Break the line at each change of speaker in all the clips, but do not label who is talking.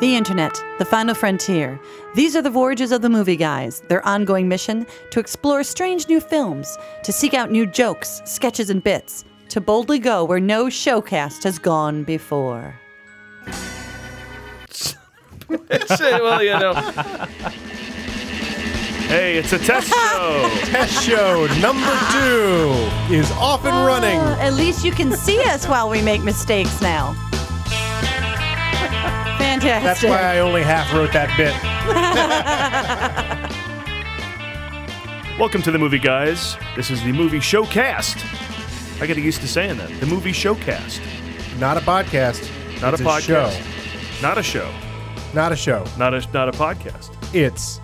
The Internet, The Final Frontier. These are the voyages of the movie guys, their ongoing mission to explore strange new films, to seek out new jokes, sketches, and bits, to boldly go where no showcast has gone before.
Shit, well, you know.
Hey, it's a test show.
Test show number two is off and running.
Uh, at least you can see us while we make mistakes now.
That's
Fantastic.
why I only half wrote that bit.
Welcome to the movie guys. This is the movie showcast. I got used to saying that. The movie showcast,
Not a podcast.
not
It's
a podcast,
show.
not a show,
Not a show.
not a not a podcast.
It's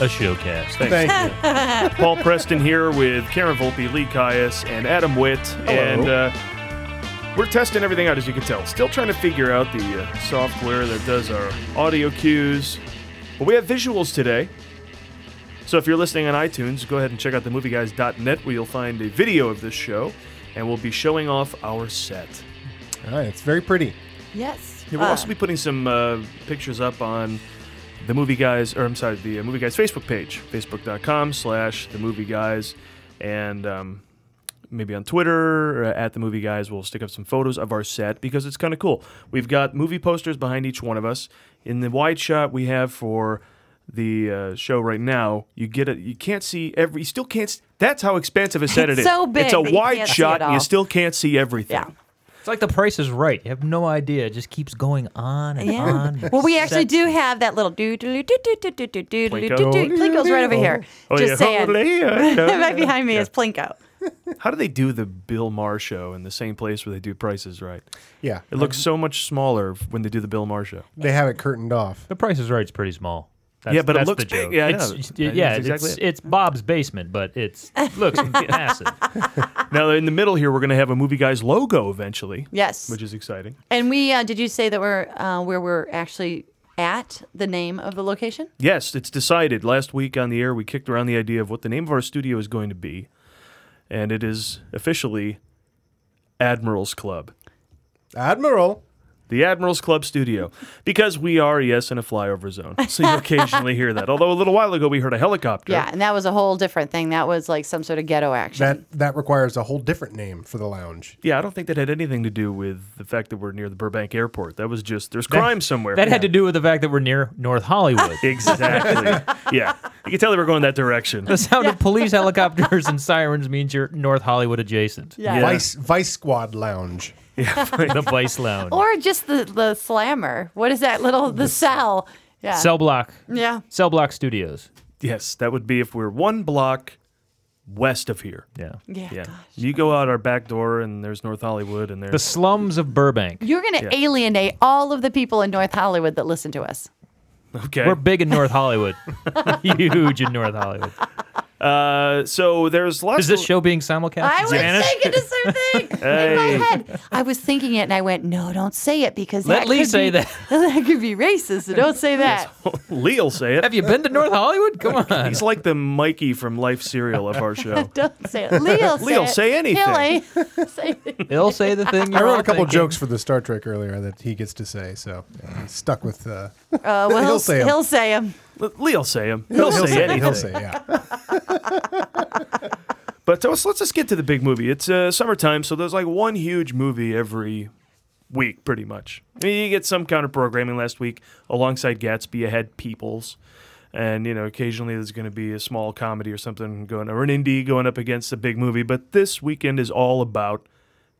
A showcast.
Thanks.
thank you.
Paul Preston here with Karen Volpe, Lee Caius, and Adam Witt, and uh, we're testing everything out as you can tell. Still trying to figure out the uh, software that does our audio cues, but we have visuals today. So if you're listening on iTunes, go ahead and check out themovieguys.net where you'll find a video of this show, and we'll be showing off our set.
All right, it's very pretty.
Yes.
Yeah, we'll
Uh,
also be putting some uh, pictures up on the movie guys, or I'm sorry, the uh, movie guys Facebook page, facebook.com slash the movie guys, and um, maybe on Twitter or at the movie guys, we'll stick up some photos of our set because it's kind of cool. We've got movie posters behind each one of us. In the wide shot we have for the uh, show right now, you get it. You can't see every. You still can't. s- That's how expansive a set
It's
it is.
so big
It's a
that you
wide
can't see
shot.
it
and You
all.
still can't see everything.
yeah.
It's like the price is right. You have no idea. It just keeps going on and on.
Yeah.
and
Well, we actually
sets-
do have that little doo doo doo doo doo doo doo doo doo doo
Plinko.
doo. Plinko's right over here.
Oh, yeah.
Just saying.
Oh, yeah.
Right behind me is Plinko.
How do they do the Bill Maher show in the same place where they do prices right?
Yeah,
It looks
Um,
so much smaller f- when they do the Bill Maher show.
they have it curtained off.
The price is right. It's pretty small. That's,
Yeah, but it
that's
looks
the joke.
big. Yeah, I
it's,
know.
it's-
That's
yeah,
exactly
it's,
it.
it's Bob's basement, but it's looks massive.
Now in the middle here, we're going to have a movie guy's logo eventually,
Yes.
which is exciting.
And we uh, did you say that we're uh, where we're actually at the name of the location?
Yes, it's decided. Last week on the air, we kicked around the idea of what the name of our studio is going to be, and it is officially Admirals Club.
Admiral,
The Admirals Club Studio, because we are, yes, in a flyover zone. So you occasionally hear that. Although a little while ago we heard a helicopter.
Yeah, and that was a whole different thing. That was like some sort of ghetto action.
that that requires a whole different name for the lounge.
Yeah, I don't think that had anything to do with the fact that we're near the Burbank airport. That was just there's crime somewhere.
That had to do with the fact that we're near North Hollywood.
exactly. yeah, you can tell they were going that direction.
the sound of police helicopters and sirens means you're North Hollywood adjacent.
yeah.
Yeah.
Vice Vice Squad Lounge.
The Vice Lounge.
Or just the the slammer. What is that little the, cell? Yeah.
Cell Block.
Yeah.
Cell Block Studios.
Yes, that would be if we're one block west of here.
Yeah.
Yeah.
Yeah,
God.
you go out our back door and there's North Hollywood and
The
there's
slums of Burbank.
You're going to alienate all of the people in North Hollywood that listen to us.
okay.
We're big in North Hollywood. Huge in North Hollywood.
Uh, so there's lots.
Is this
of,
show being simulcast?
I
in
was
Spanish?
thinking the same thing in my head. I was thinking it, and I went, "No, don't say it because
Let
that
Lee
could
say
be,
that.
that could be racist. So don't say that."
Lee'll say it.
Have you been to North Hollywood? Come on.
He's like the Mikey from Life Serial of our show.
Don't say it. Lee'll say,
Lee'll
it.
say anything.
He'll a- say
They'll say the thing.
I
you're
wrote
all
a couple
thinking.
jokes for the Star Trek earlier that he gets to say, so I'm stuck with. Uh,
Uh, well,
He'll say 'em.
He'll say 'em.
Le- Lee'll say him. He'll, say, anything.
He'll say, yeah.
But let's, let's just get to the big movie. It's uh, summertime, so there's like one huge movie every week, pretty much. I mean, you get some counter programming last week alongside Gatsby. I had Peoples, and you know occasionally there's going to be a small comedy or something going, or an indie going up against a big movie. But this weekend is all about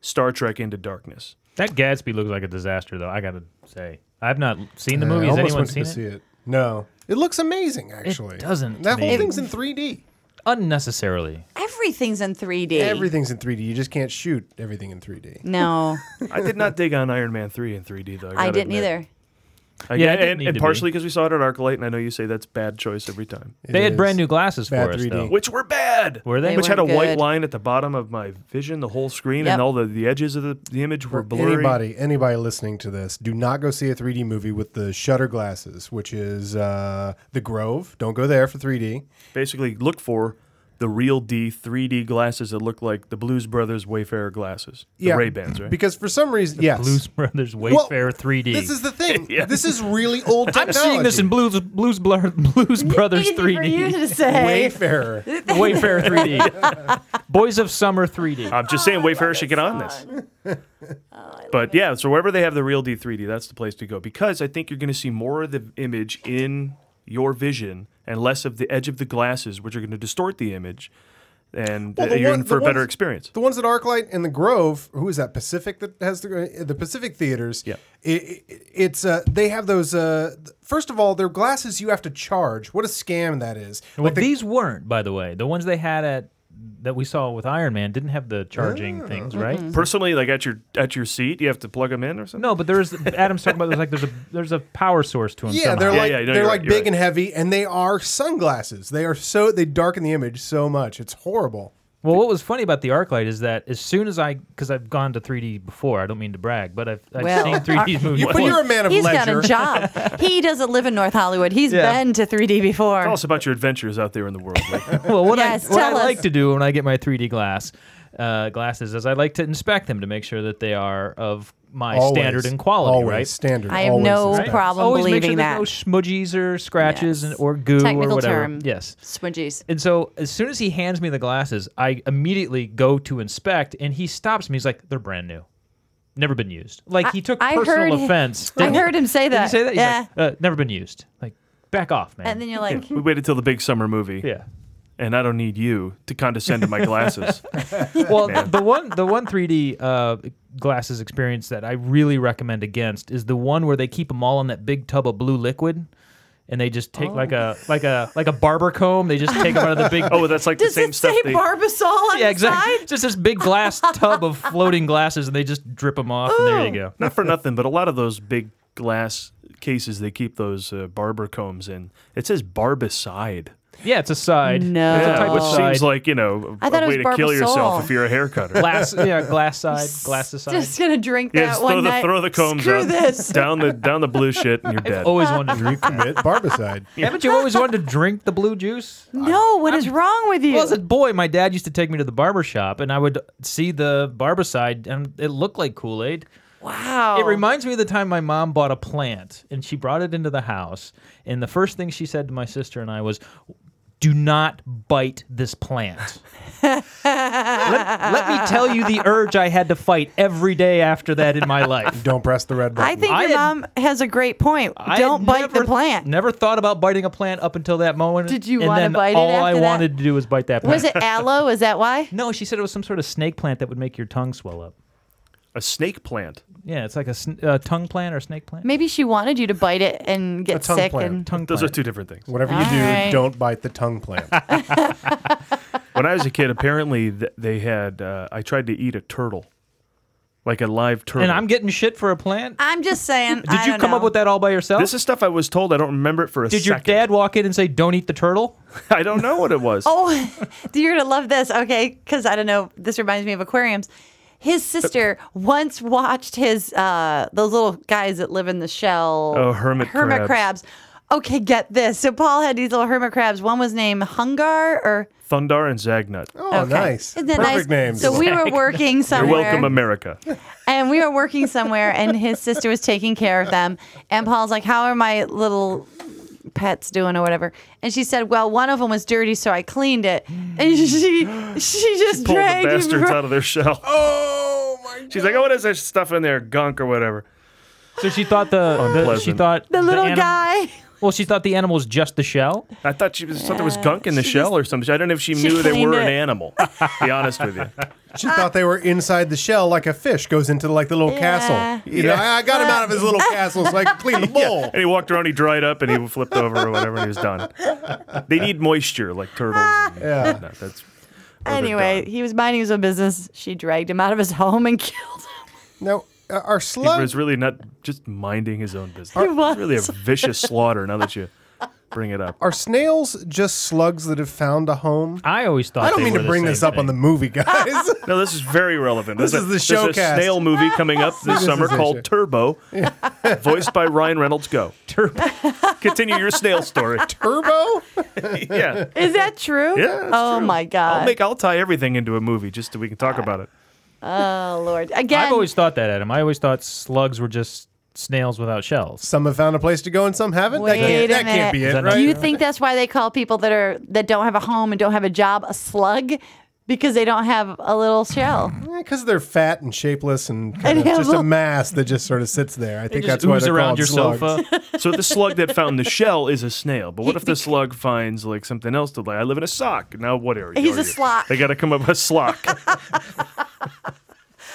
Star Trek Into Darkness.
That Gatsby looks like a disaster, though. I gotta say, I've not seen the movie.
I
Has
almost
anyone
went
seen
to
it?
see it. No, it looks amazing. Actually,
doesn't
That
to
whole
me.
thing's in 3D.
Unnecessarily.
Everything's in 3D.
Everything's in 3D. You just can't shoot everything in 3D.
No,
I did not dig on Iron Man three in 3D though.
I
gotta
didn't
admit.
either.
I,
Yeah, it didn't
and,
need
and
to be.
partially because we saw it at ArcLight, and I know you say that's bad choice every time,
It
they had
is-
brand new glasses
bad
for us,
3D.
though.
which were bad.
Were they?
They
which had a
weren't
white
good.
line at the bottom of my vision, the whole screen,
Yep.
and all the, the edges of the, the image were blurry.
Anybody, anybody listening to this, do not go see a 3D movie with the shutter glasses, which is uh, the Grove. Don't go there for 3D.
Basically, look for the real D 3D glasses that look like the Blues Brothers Wayfarer glasses. The Ray Bans, right?
Because for some reason, yes.
Blues Brothers
Well,
Wayfair 3D.
This is the thing.
Yeah.
This is really old
I'm
technology.
seeing this in Blues Blues Blur, Blues Brothers
Easy for you
3D.
to say.
Wayfarer.
Wayfair 3D. Boys of Summer 3D.
Um,
I'm just
Oh,
saying Wayfarer should get on this. but yeah, so wherever they have the real D 3D, that's the place to go because I think you're going to see more of the image in your vision and less of the edge of the glasses, which are going to distort the image. And
Well,
uh,
the
you're
one-
in for a
the
better
ones-
experience.
The ones at ArcLight and the Grove, who is that Pacific that has the uh, the Pacific theaters?
Yeah.
it, it- it's uh, they have those. Uh, th- first of all, their glasses you have to charge. What a scam that is!
Well, these weren't, by the way. The ones they had at that we saw with Iron Man didn't have the
Ah,
charging things, right?
Personally, like at your at your seat, you have to plug them in or something.
No, but there's Adam's talking about there's like there's a there's a power source to them.
Yeah, they're
somehow.
like
yeah, no,
they're
you're
like
right, you're
big
right.
and heavy, and they are sunglasses. They are so they darken the image so much. It's horrible.
Well, what was funny about the ArcLight is that as soon as I, because I've gone to 3D before, I don't mean to brag, but I've, I've
Well,
seen 3D movies.
You, but
before.
you're a man of
He's
leisure.
got a job. he doesn't live in North Hollywood. He's
Yeah.
been to 3D before.
Tell us about your adventures out there in the world. Like,
well, what
Yes,
I, what I
tell us.
like to do when I get my 3D glass uh, glasses is I like to inspect them to make sure that they are of my
Always.
standard and quality,
Always.
right?
Standard.
I have
Always
no
respect.
problem
Always make
believing
sure
that.
there's no smudgies or scratches
Yes.
and, or goo
Technical
or whatever.
term.
Yes.
Swingies.
And so as soon as he hands me the glasses, I immediately go to inspect, and he stops me. He's like, "They're brand new, never been used." Like he took
I
personal
heard-
offense.
I
didn't he?
heard him say
Did he
that.
say that? He's
yeah.
like, uh, never been used. Like, back off, man.
and then you're like,
we waited till the big summer movie,
yeah.
and I don't need you to condescend to my glasses.
Well, the one the one 3D uh, glasses experience that I really recommend against is the one where they keep them all in that big tub of blue liquid, and they just
Oh.
take like a like a like a barber comb. They just take them out of the big.
oh, that's like the
does
same
it
stuff.
say
they-
Barbasol on
Yeah,
the
exactly.
side?
Just this big glass tub of floating glasses, and they just drip them off, and there you go.
not for nothing, but a lot of those big glass cases they keep those uh, barber combs in. It says barbicide,
Yeah, it's a side.
No.
it's a type
which
of
seems
side.
like you know a-
I thought
a
it
way
was
to kill
Barbasol.
yourself if you're a haircutter.
glass. Yeah, glass side, glasses side.
Just gonna drink
yeah,
that
just
one
throw the
night.
throw the combs
Screw
out,
this.
down the down the blue shit, and you're dead.
Always wanted to
You
drink.
commit barbicide.
Haven't you always wanted to drink the blue juice?
No, what is wrong with you?
Well, as a boy, my dad used to take me to the barber shop, and I would see the barbicide, and it looked like Kool Aid.
wow.
It reminds me of the time my mom bought a plant, and she brought it into the house, and the first thing she said to my sister and I was, "Do not bite this plant." let, let me tell you the urge I had to fight every day after that in my life.
Don't press the red button.
I think
I
your
had-
mom has a great point.
I
Don't
had
bite
never-
the plant.
Never thought about biting a plant up until that moment.
Did you
and
wanna
then
bite it
All I
after that?
wanted to do was bite that plant.
Was it aloe? Is that why?
No, she said it was some sort of snake plant that would make your tongue swell up.
A snake plant.
Yeah, it's like a sn- uh, tongue plant or snake plant.
Maybe she wanted you to bite it and get
tongue
sick.
plant.
And
Tongue
Those are
plant.
two different things.
Whatever you do,
Alright.
don't bite the tongue plant.
When I was a kid, apparently th- they had. Uh, I tried to eat a turtle, like a live turtle.
and I'm getting shit for a plant.
I'm just saying.
Did you come up with that all by yourself?
This is stuff I was told. I don't remember it for a
Did your
second.
dad walk in and say, "Don't eat the turtle"?
I don't know what it was.
Oh, you're gonna love this, okay? Because I don't know. This reminds me of aquariums. His sister once watched his uh, those little guys that live in the shell.
Oh, hermit
hermit crabs.
crabs.
Okay, get this. So Paul had these little hermit crabs. One was named Hungar, or
Thundar and Zagnut.
Oh,
okay.
nice.
Isn't that
Perfect
nice?
names.
So we were working
You're
somewhere.
welcome, America.
and we were working somewhere and his sister was taking care of them and paul's like how are my little pets doing or whatever and she said well one of them was dirty so i cleaned it and she she just
Pull the
dragged him
bastards
right-
out of their shell.
oh my god.
She's like, oh, what is this stuff in there? Gunk or whatever.
So she thought the, the she
Unpleasant.
thought
the little
anim-
guy
Well, she thought the animal was just the shell.
I thought she was, thought there was gunk in the shell or something. I don't know if she,
she
knew they
cleaned
were
it.
an animal. to be honest with you.
She thought they were inside the shell, like a fish goes into like the little
Yeah.
castle. You know, I, I got him out of his little castle so I could clean the bowl.
And he walked around, he dried up, and he flipped over or whatever, and he was done. They need moisture like turtles. And
Yeah.
whatnot. That's, or they're
anyway
done.
he was minding his own business she dragged him out of his home and killed him
Now, uh, are
he
slugs?
was really not just minding his own business.
He was.
Really a vicious slaughter now that you bring it up.
Are snails just slugs that have found a home?
I always thought.
I don't
they
mean
were
to bring
the
this
same
up on the
thing.
movie, guys.
No, this is very relevant.
This
There's
is
a,
the
there's
showcast.
a snail movie coming up this
is
summer
the
called
shit.
Turbo, voiced by Ryan Reynolds. Go.
Turbo.
Continue your snail story.
Turbo?
yeah.
Is that true?
Yeah, it's
oh
true.
my
I'll
God.
make I'll tie everything into a movie just so we can talk about it.
oh Lord. Again.
I've always thought that, Adam. I always thought slugs were just snails without shells.
Some have found a place to go and some haven't.
Wait
that can't,
a
that can't be
minute.
it,
Is that
right?
Do you think that's why they call people that are that don't have a home and don't have a job a slug? Because they don't have a little shell.
Because they're fat and shapeless and
And
kind of
have
just
little-
a mass that just sort of sits there. I think
Just
that's why
ooze
they're called
around your
slugs.
sofa.
So the slug that found the shell is a snail. But what if the slug finds like something else to lay? I live in a sock. Now what are you?
He's
are
a
you?
slock.
They got to come up with a slock. or a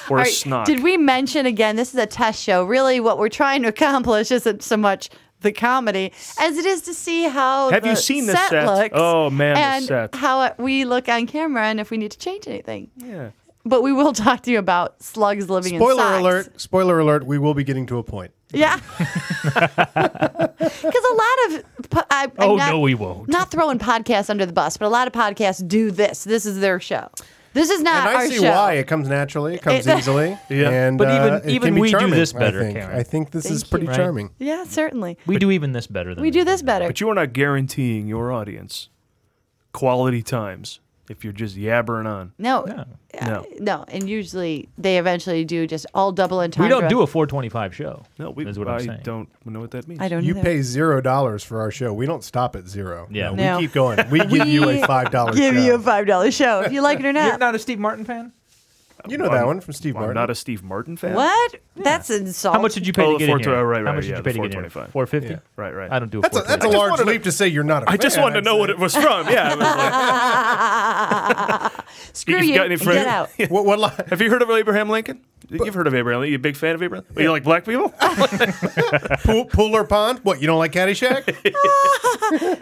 All right,
snot.
Did we mention again? This is a test show. Really, what we're trying to accomplish isn't so much the comedy as it is to see how
Have
the
you seen the
set,
set?
looks
Oh, man, the
and
set.
how it- we look on camera and if we need to change anything.
yeah.
But we will talk to you about slugs living in
Spoiler
socks.
alert, spoiler alert, we will be getting to a point.
Yeah, because a lot of po- I, I'm
Oh,
not-
no, we won't.
Not throwing podcasts under the bus, but a lot of podcasts do this. This is their show. This is not
And I
our
see
show.
why it comes naturally, it comes
It-
easily,
Yeah.
and
But even-
uh, it
even
can be
we do
charming,
this better,
I think,
Karen.
I think this is
Thank
pretty
you. Right.
charming.
Yeah, certainly.
We do even this better than
We do this better.
But you are not guaranteeing your audience quality times if you're just yabbering on.
No,
No.
uh,
No.
no, and usually they eventually do just all double
We
entendre.
don't do a 425 show.
No, we
is what
I
I'm saying.
don't know what that means.
I don't.
You
either.
pay zero dollars for our show. We don't stop at zero.
Yeah.
No,
No.
we keep going. We give you
We
a five dollars.
Give you a five dollar show if you like it or
You're
not.
not a Steve Martin fan.
You know that one from Steve
I'm
Martin.
not a Steve Martin fan.
what? That's insult.
How much did you pay
Oh,
to
the
get in
420 oh,
here?
right,
How
right,
much did
yeah,
you pay
the
to get in here?
425.
450.
Yeah.
Right, right.
I don't do. A
that's a,
425.
that's a large leap to say you're not a
I just
fan,
wanted to
I'd
know
say.
what it was from. Yeah. I was like,
Screw
You've
you.
got any
and
friends?
Get out.
What, what li-
Have you heard of Abraham Lincoln? You've heard of Abraham Lincoln. You a big fan of Abraham? Lincoln? You like black people?
pool, pool or pond? What you don't like Caddyshack?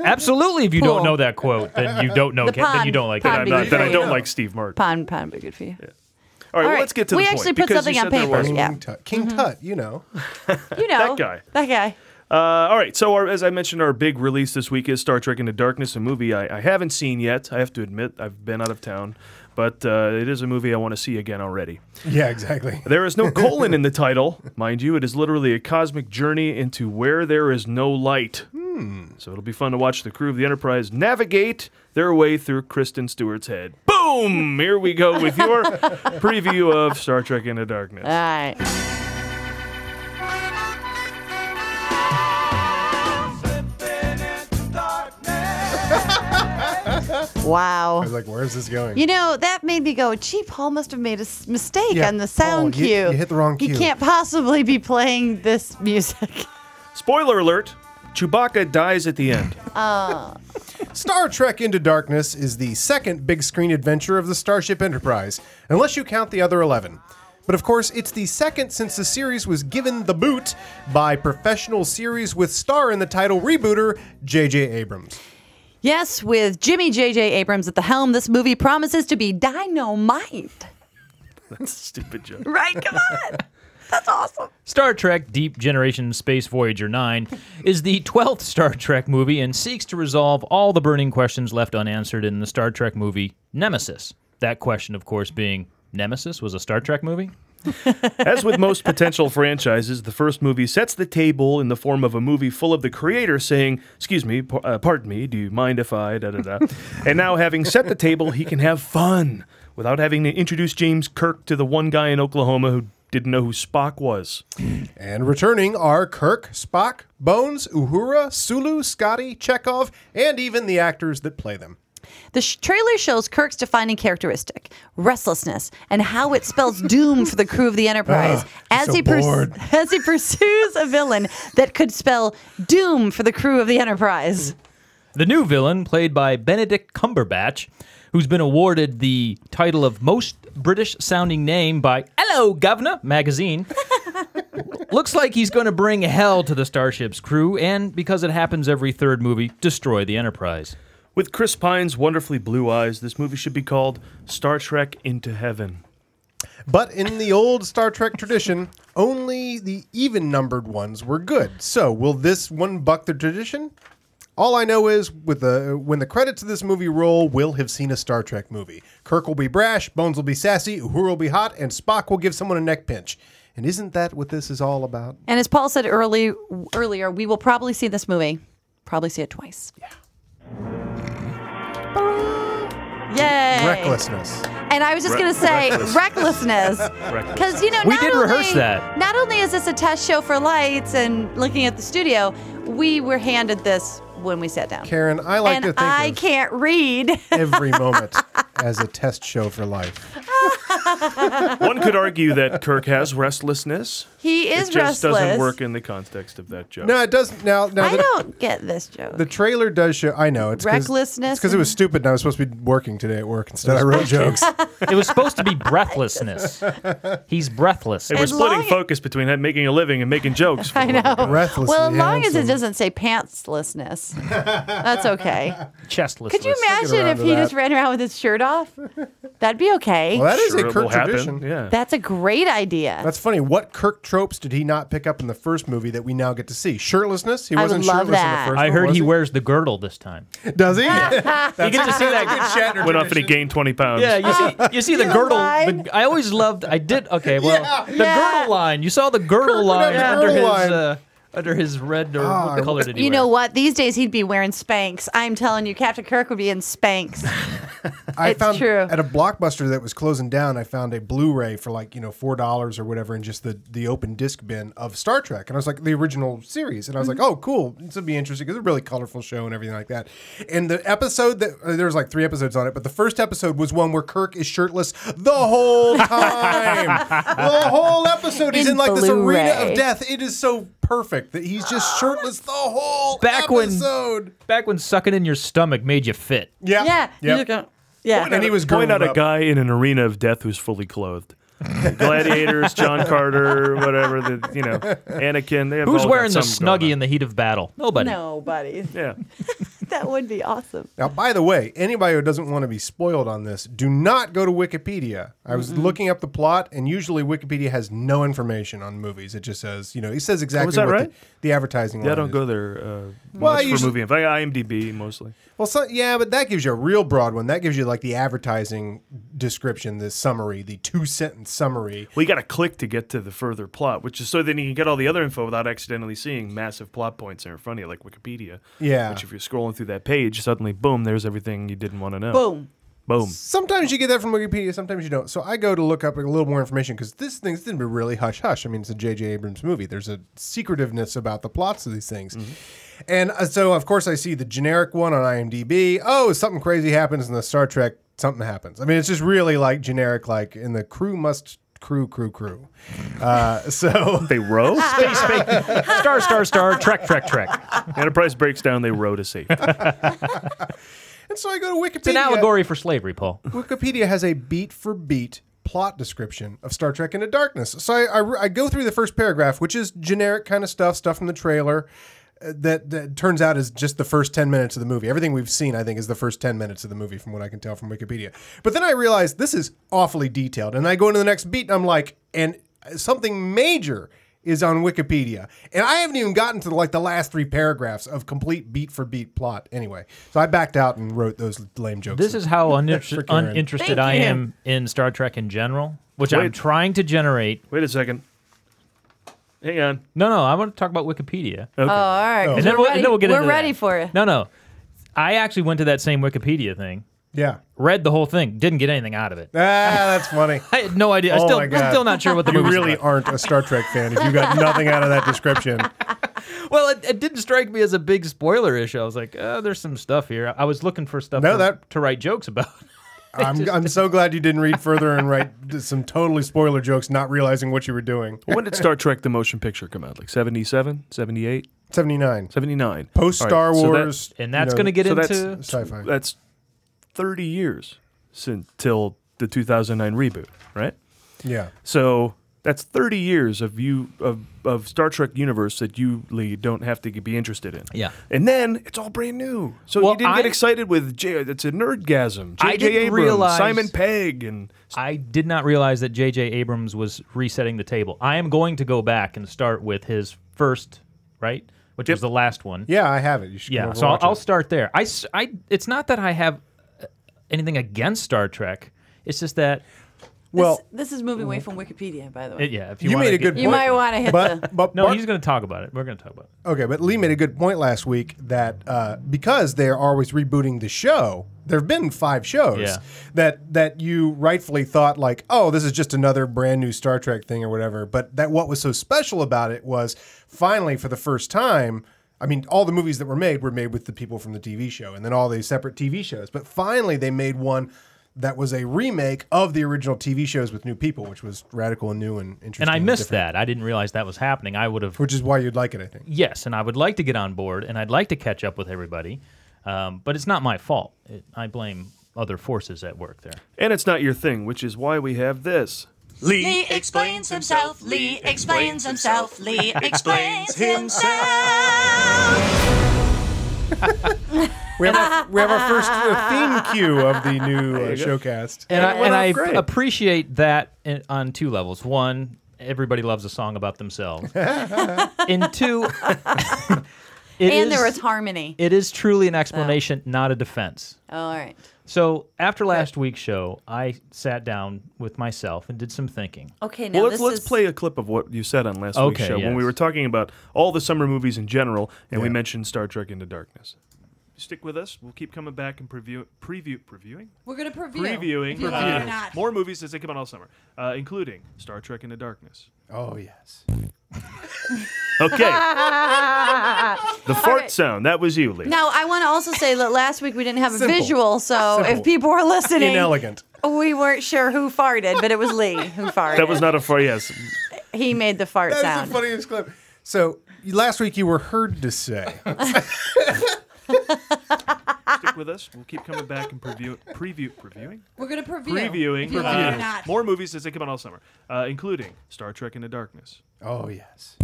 Absolutely. If you
Cool.
don't know that quote, then you don't know.
The
Ca- then you
pond-
don't like
pond
it.
I'm
be
not, then I
great.
don't like Steve Martin.
Pond, pond, be good for you.
All right,
All
well,
right.
let's get to the
We
point.
actually put
because
something
you
on
said there
paper.
was-
Yeah. Mm-hmm.
King Tut. King Tut, you know.
You know
guy.
That guy.
Uh, all right, so our, as I mentioned, our big release this week is Star Trek Into Darkness, a movie I, I haven't seen yet. I have to admit, I've been out of town, but uh, it is a movie I want to see again already.
Yeah, exactly.
There is no colon in the title, mind you. It is literally a cosmic journey into where there is no light. So it'll be fun to watch the crew of the Enterprise navigate their way through Kristen Stewart's head. Boom! Here we go with your preview of Star Trek Into Darkness.
All right. wow.
I was like, where's this going?
You know, that made me go, gee, Paul must have made a s- mistake
Yeah.
on the sound
Oh, you-
cue.
you hit the wrong
He
cue."
can't possibly be playing this music.
Spoiler alert Chewbacca dies at the end.
Star Trek Into Darkness is the second big screen adventure of the Starship Enterprise, unless you count the other 11. But of course, it's the second since the series was given the boot by professional series with star in the title rebooter J.J. Abrams.
yes, with Jimmy J.J. Abrams at the helm, this movie promises to be dynamite.
That's a stupid joke.
Right? Come on. That's awesome.
Star Trek Deep Generation Space Voyager 9 is the 12th Star Trek movie and seeks to resolve all the burning questions left unanswered in the Star Trek movie Nemesis. That question, of course, being Nemesis was a Star Trek movie?
As with most potential franchises, the first movie sets the table in the form of a movie full of the creator saying, "Excuse me, par- uh, pardon me, do you mind if I da da da?" and now, having set the table, he can have fun without having to introduce James Kirk to the one guy in Oklahoma who didn't know who Spock was.
And returning are Kirk, Spock, Bones, Uhura, Sulu, Scotty, Chekhov, and even the actors that play them.
The sh- trailer shows Kirk's defining characteristic, restlessness, and how it spells doom for the crew of the Enterprise as,
Ah, so
he purs-
bored.
as he pursues a villain that could spell doom for the crew of the Enterprise.
The new villain, played by Benedict Cumberbatch, who's been awarded the title of most British sounding name by Hello Governor magazine, looks like he's going to bring hell to the Starship's crew and, because it happens every third movie, destroy the Enterprise.
With Chris Pine's wonderfully blue eyes, this movie should be called Star Trek Into Heaven.
But in the old Star Trek tradition, only the even numbered ones were good. So will this one buck the tradition? All I know is with the when the credits of this movie roll, we'll have seen a Star Trek movie. Kirk will be brash, Bones will be sassy, Uhura will be hot, and Spock will give someone a neck pinch. And isn't that what this is all about?
And as Paul said early, earlier, we will probably see this movie. Probably see it twice. Yeah. Yay!
Recklessness.
And I was just going to say recklessness. Because, you know,
We
not
did
only,
rehearse that.
Not only is this a test show for lights and looking at the studio, we were handed this when we sat down.
Karen, I like
and
to think
I
of
can't read.
every moment as a test show for life.
One could argue that Kirk has restlessness.
He is
it just
restless.
doesn't work in the context of that joke.
No, it doesn't. Now, now
I
the,
don't get this joke.
the trailer does show. I know it's 'cause-
Recklessness
It's because it was stupid, and I was supposed to be working today at work. Instead, I wrote jokes.
It was supposed to be breathlessness. He's breathless.
Hey, we're
as long
splitting
as-
focus between that making a living and making jokes. I know.
Breathlessly.
well, as long as it
handsome.
doesn't say pantslessness, that's okay.
Chestless.
Could you imagine
around
if
to
he
that.
just ran around with his shirt off? That'd be okay.
Well, that is
Sure,
a
it will
Kirk
happen.
tradition.
Yeah.
That's a great idea.
That's funny. What Kirk tropes did he not pick up in the first movie that we now get to see? Shirtlessness. He
I
wasn't
would love
shirtless
that.
in the first.
I
one,
heard
was
he wears the girdle this time.
Does he? That's
You get to see that
Shatner.
Went off and he gained 20 pounds.
Yeah, you see, you see the
You
girdle.
lied.
The, I always loved. I did. Okay, well,
Yeah.
the
Yeah.
girdal line. You saw the girdle
Kirk would have
line
the
under
girdle
his
line.
Uh, under his red or
Ah,
what color did he
you
wear?
know what? These days he'd be wearing Spanx. I'm telling you, Captain Kirk would be in Spanx.
I
It's
found
true.
at a blockbuster that was closing down. I found a Blu-ray for like you know four dollars or whatever in just the the open disc bin of Star Trek, and I was like the original series, and I was like, oh cool, this would be interesting because it's a really colorful show and everything like that. And the episode that uh, there was like three episodes on it, but the first episode was one where Kirk is shirtless the whole time. the whole episode, he's in,
In
like this arena
Blu-ray.
of death. It is so perfect that he's just shirtless the whole
Back when-
episode.
Back when sucking in your stomach made you fit.
yeah,
Yeah.
Yep.
you look at- yeah.
and he was
Point
growing
out a
up.
guy in an arena of death who's fully clothed. Gladiators, John Carter, whatever the you know, Anakin. They have
Who's
all got
wearing the
something going
snuggie in
on.
the heat of battle? Nobody.
No, buddy.
Yeah,
That would be awesome.
Now, by the way, anybody who doesn't want to be spoiled on this, do not go to Wikipedia. I was looking up the plot, and usually Wikipedia has no information on movies. It just says, you know, it says exactly
Oh, that
what
right?
the, the advertising.
yeah. I
line
don't
is.
go there. Uh,
Well, I
much for
usually-
movie. In fact, IMDb mostly.
Well, so, yeah, but that gives you a real broad one. That gives you like the advertising description, the summary, the two sentence summary.
Well, you got to click to get to the further plot, which is so then you can get all the other info without accidentally seeing massive plot points that are in front of you, like Wikipedia.
Yeah.
Which, if you're scrolling through that page, suddenly, boom, there's everything you didn't want to know.
Boom.
Boom.
Sometimes you get that from Wikipedia, sometimes you don't. So I go to look up a little more information because this thing's going to be really hush hush. I mean, it's a J.J. Abrams movie. There's a secretiveness about the plots of these things. And uh, so, of course, I see the generic one on IMDb. Oh, something crazy happens in the Star Trek, something happens. I mean, it's just really like generic, like, and the crew must crew, crew, crew. Uh, so.
They row?
Space fake. Star, star, star. Trek, trek, trek.
Enterprise breaks down, they row to safety.
And so I go to Wikipedia.
It's an allegory for slavery, Paul.
Wikipedia has a beat for beat plot description of Star Trek Into Darkness. So I, I, I go through the first paragraph, which is generic kind of stuff, stuff from the trailer. uh, That, that turns out is just the first 10 minutes of the movie. Everything we've seen, I think, is the first 10 minutes of the movie, from what I can tell from Wikipedia. But then I realize this is awfully detailed. And I go into the next beat and I'm like, and something major is on Wikipedia. And I haven't even gotten to like the last three paragraphs of complete beat for beat plot anyway. So I backed out and wrote those lame jokes.
This is how uninter-
Karen.
uninterested
Thank
I
you.
am in Star Trek in general, which I'm
Wait.
trying to generate.
Wait a second. Hang on.
No, no, I want to talk about Wikipedia.
Okay.
Oh, all right. 'cause
And then
we're
we'll,
ready,
and then we'll get
we're
into
ready
that.
for it.
No, no. I actually went to that same Wikipedia thing,
yeah.
read the whole thing, didn't get anything out of it.
Ah, that's funny.
I had no idea. I
Oh
still,
my
I'm
God.
still not sure what the
You
movie's
really
about.
aren't a Star Trek fan if you got nothing out of that description.
Well, it, it didn't strike me as a big spoiler issue. I was like, oh, there's some stuff here. I was looking for stuff
No,
to,
that-
to write jokes about.
I'm, I'm so glad you didn't read further and write some totally spoiler jokes, not realizing what you were doing.
When did Star Trek the motion picture come out? Like 77, 78,
79.
79?
Post
All right,
Star
so that-
Wars.
And that's
you know,
going to get
so that's-
into.
sci fi.
that's 30 years since till the 2009 reboot, right?
Yeah.
So that's 30 years of you of, of Star Trek universe that you Lee, don't have to be interested in.
Yeah.
And then it's all brand new. So
Well,
you didn't get
I-
excited with J it's a nerdgasm.
I
JJ
didn't
Abrams,
realize-
Simon Pegg and
I did not realize that J.J. Abrams was resetting the table. I am going to go back and start with his first, right? which was the last one.
Yeah, I have it. You should.
Yeah,
come over
so I'll,
and watch
I'll
it.
start there. I, s- I- it's not that I have uh, anything against Star Trek. It's just that
well,
this, this is moving away from Wikipedia, by the way.
it, yeah, if you,
you,
wanna
made a
get-
good.
You
point.
might wanna hit
but,
the-
But
No,
Bar-
he's going to talk about it. We're going to talk about it.
Okay, but Lee made a good point last week that uh, because they are always rebooting the show, there have been five shows
Yeah.
that that you rightfully thought like, oh, this is just another brand new Star Trek thing or whatever. But that what was so special about it was finally for the first time. I mean, all the movies that were made were made with the people from the TV show, and then all these separate TV shows. But finally, they made one that was a remake of the original TV shows with new people, which was radical and new and interesting.
And I missed
different,
that. I didn't realize that was happening. I would have
which is why you'd like it, I think.
yes, and I would like to get on board, and I'd like to catch up with everybody, um, but it's not my fault. It, I blame other forces at work there.
And it's not your thing, which is why we have this.
Lee explains himself. Lee explains himself. Lee explains himself.
We have, our, we have our first uh, theme cue of the new uh, showcast.
And I,
Hey, what
and
up,
I
Greg?
appreciate that in, on two levels. One, everybody loves a song about themselves. and two, it
and there
is-
was Oh. harmony.
it is truly an explanation, not a defense.
all right.
So after last week's show, I sat down with myself and did some thinking.
Okay, now
Well, let's
this
let's
is,
play a clip of what you said on last
Okay,
week's show when we
yes.
were talking about all the summer movies in general, and we
Yeah.
mentioned Star Trek Into Darkness. Stick with us. We'll keep coming back and preview, preview, previewing,
We're gonna preview.
previewing,
if you
previewing
like it or not.
more movies as they come out all summer, uh, including Star Trek Into Darkness.
Oh, yes.
Okay. the fart
right.
sound. That was you, Lee.
Now, I want to also say that last week we didn't have a
Simple.
visual, so
Simple.
if people were listening,
Inelegant.
we weren't sure who farted, but it was Lee who farted.
That was not a fart. Yes.
he made the fart
That is
sound.
the funniest clip. So you- last week you were heard to say,
Stick with us. We'll keep coming back and preview, preview, previewing,
We're gonna preview.
previewing, Uh,
you like it or not.
more movies as they come out all summer, uh, including Star Trek Into Darkness.
"Oh yes."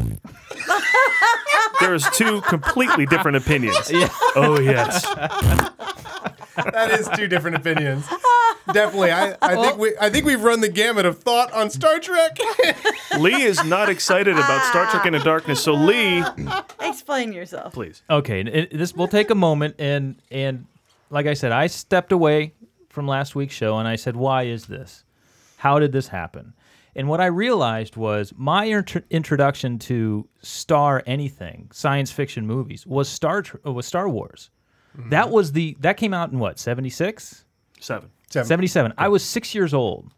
There's two completely different opinions. Oh yes.
That is two different opinions. Definitely, I, I think we I think we've run the gamut of thought on Star Trek.
Lee is not excited about Star Trek Into Darkness, so Lee,
Explain yourself.
please.
Okay, and it, this will take a moment, and and like I said, I stepped away from last week's show, and I said, "Why is this? How did this happen?" And what I realized was my inter- introduction to star anything science fiction movies was Star Tr- uh, was Star Wars. That was the that came out in what seventy six.
Seven.
77. I was six years old.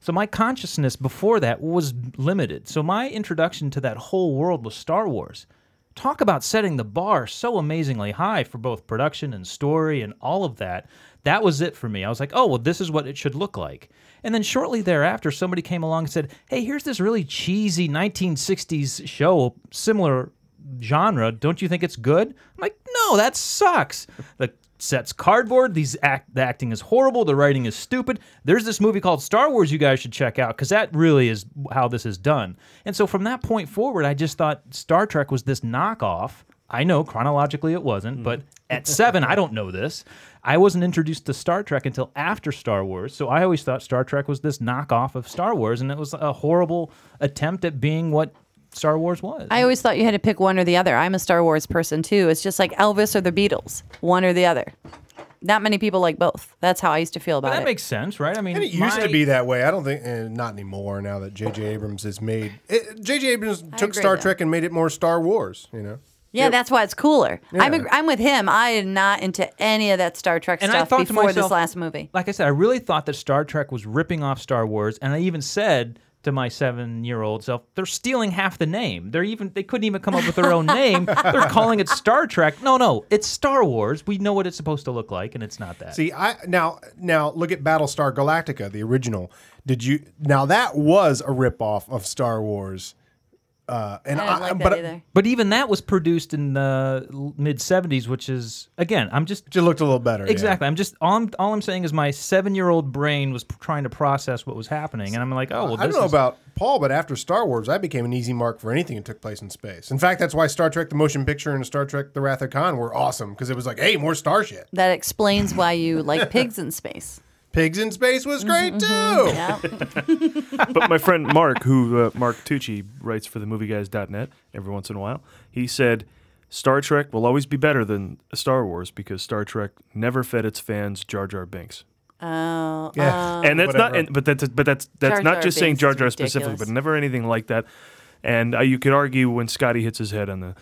So my consciousness before that was limited. So my introduction to that whole world was Star Wars. Talk about setting the bar so amazingly high for both production and story and all of that. That was it for me. I was like, oh, well, this is what it should look like. And then shortly thereafter, somebody came along and said, hey, here's this really cheesy 1960s show, similar genre. Don't you think it's good? I'm like, no, that sucks. The set's cardboard. These act, the acting is horrible. The writing is stupid. There's this movie called Star Wars you guys should check out because that really is how this is done. And so from that point forward, I just thought Star Trek was this knockoff. I know chronologically it wasn't, but at seven, I don't know this. I wasn't introduced to Star Trek until after Star Wars, so I always thought Star Trek was this knockoff of Star Wars, and it was a horrible attempt at being what Star Wars was.
I always thought you had to pick one or the other. I'm a Star Wars person too. It's just like Elvis or the Beatles, one or the other. Not many people like both. That's how I used to feel about
that
it.
makes sense, right? I mean,
And it used
my-
to be that way. I don't think, and not anymore. Now that J.J. Abrams has made it- J.J. Abrams took
agree,
Star
though.
Trek and made it more Star Wars. You know,
yeah, that's why it's cooler. I'm,
Yeah.
ag- I'm with him. I am not into any of that Star Trek
And I
stuff
thought to
before this
myself-
last movie.
like I said, I really thought that Star Trek was ripping off Star Wars, and I even said to my seven-year-old self, "They're stealing half the name. They're even they couldn't even come up with their own name. They're calling it Star Trek. No, no, it's Star Wars. We know what it's supposed to look like, and it's not that.
See, I now now look at Battlestar Galactica, the original. Did you now that was a ripoff of Star Wars? Uh, and
I don't like
but
that either.
but even that was produced in the l- mid '70s, which is again, I'm just
it looked a little better. yeah.
Exactly. I'm just all I'm, all I'm saying is my seven year old brain was p- trying to process what was happening, and I'm like, oh, well,
I don't
this
know
is-
about Paul, but after Star Wars, I became an easy mark for anything that took place in space. In fact, that's why Star Trek: The Motion Picture and Star Trek: The Wrath of Khan were awesome because it was like, hey, more star shit.
That explains why you like pigs in space.
Pigs in space was great too.
Mm-hmm, Yeah.
But my friend Mark, who uh, Mark Tucci writes for themovieguys.net every once in a while, he said Star Trek will always be better than Star Wars because Star Trek never fed its fans Jar Jar Binks.
Oh,
Yeah.
and that's not
whatever.
and, but that's but that's that's
Jar
not
Jar
just saying
Binks
Jar
is
Jar specifically,
ridiculous.
but never anything like that. And uh, you could argue when Scotty hits his head on the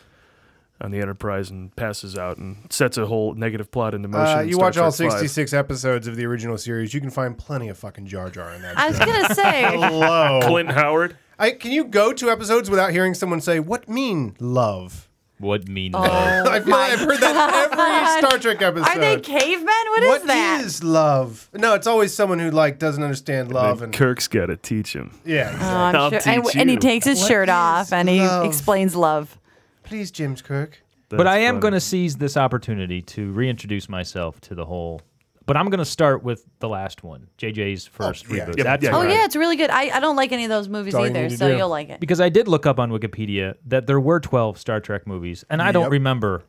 on the Enterprise and passes out and sets a whole negative plot into motion.
Uh,
in
you
Star
watch all
Trek five.
66 episodes of the original series, you can find plenty of fucking Jar Jar in that.
I was gonna say
Hello.
Clint Howard.
I, can you go two episodes without hearing someone say, What mean love?
What mean love?
I feel like I've heard that every Star Trek episode.
Oh Are they cavemen? What is
uh, What
that?
is love? No, it's always someone who like doesn't understand love
And
and
Kirk's got to teach him.
yeah.
Oh,
exactly.
I'm sure. and,
I'll teach
and he
you.
takes his
What
shirt
is
off and he
love?
explains love.
Please, James Kirk.
but
That's
I am
funny.
going to seize this opportunity to reintroduce myself to the whole. But I'm going to start with the last one, JJ's first
yeah.
reboot.
Yep,
That's
yeah,
where
Oh
I-
yeah, it's really good. I, I don't like any of those movies
all you
either,
need to
so
do.
you'll like it.
Because I did look up on Wikipedia that there were 12 Star Trek movies, and I don't
Yep.
remember.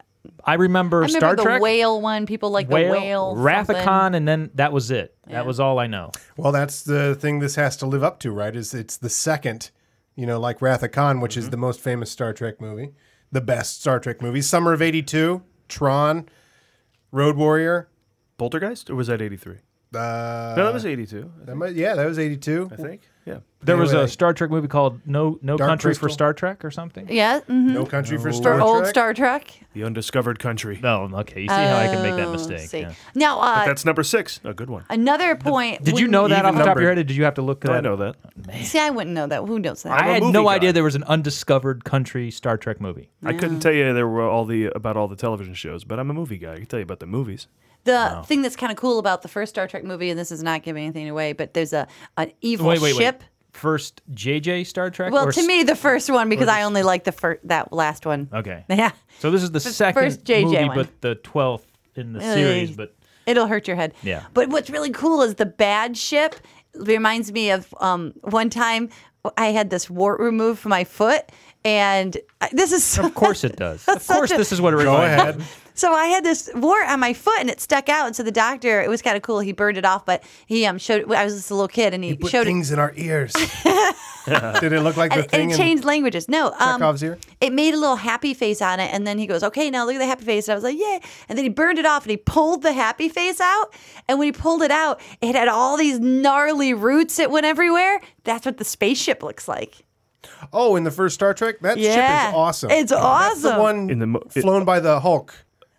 I remember,
I remember
Star
the
Trek,
whale one. People like the whale. something.
Rathacon, and then that was it. That was all I know.
Well, that's the thing this has to live up to, right? Is it's the second, you know, like Wrath of Khan, which
Mm-hmm.
is the most famous Star Trek movie, the best Star Trek movie. Summer of '82, Tron, Road Warrior.
Poltergeist, or was that eighty three?
Uh,
No, that was eighty two.
that might- yeah, that was '82.
I think. Yeah.
There was
Anyway.
a Star Trek movie called No No
Dark
Country
Crystal?
for Star Trek or something.
Yeah, mhm.
No Country for
for
Star
old
Trek.
Star Trek.
The undiscovered country.
No, Oh, okay. You see how I can make that
Oh,
mistake.
see.
yeah.
Now, uh,
That's number six. A good one.
another point.
Did you
when-
know that off the top of your
numbered.
head? Or did you have to look that
I
up?
know that.
See, I wouldn't know that. Who knows that?
I
a
had
movie
no
guy.
idea there was an undiscovered country Star Trek movie.
I couldn't tell you there were all the about all the television shows, but I'm a movie guy. I can tell you about the movies.
the thing that's kind of cool about the first Star Trek movie, and this is not giving anything away, but there's a an evil
Wait, wait,
ship.
wait. First JJ Star Trek.
Well,
or
to
s-
me, the first one because I only like the first that last one.
Okay.
Yeah,
So this is the second
first JJ
movie,
one.
but the twelfth in the series. But
It'll hurt your head.
Yeah.
But what's really cool is the bad ship reminds me of um, one time I had this wart removed from my foot, and I, this is so,
of course it does. Of
such
course,
a-
this is what it
Go
reminds
ahead.
me
so I had this wart on my foot, and it stuck out. And so the doctor, it was kind of cool. He burned it off, but he um showed. I was just a little kid, and he,
Put
showed it.
things in our ears. Did it look like the
And,
thing?
and it
in-
changed languages. No, um,
Chekhov's ear?
it made a little happy face on it, and then he goes, "Okay, now look at the happy face." And I was like, "Yeah!" And then he burned it off, and he pulled the happy face out. And when he pulled it out, it had all these gnarly roots. It went everywhere. That's what the spaceship looks like.
oh, in the first Star Trek, that
Yeah.
ship is awesome.
It's
That's the
awesome.
one
In the mo- it-
flown by the Hulk,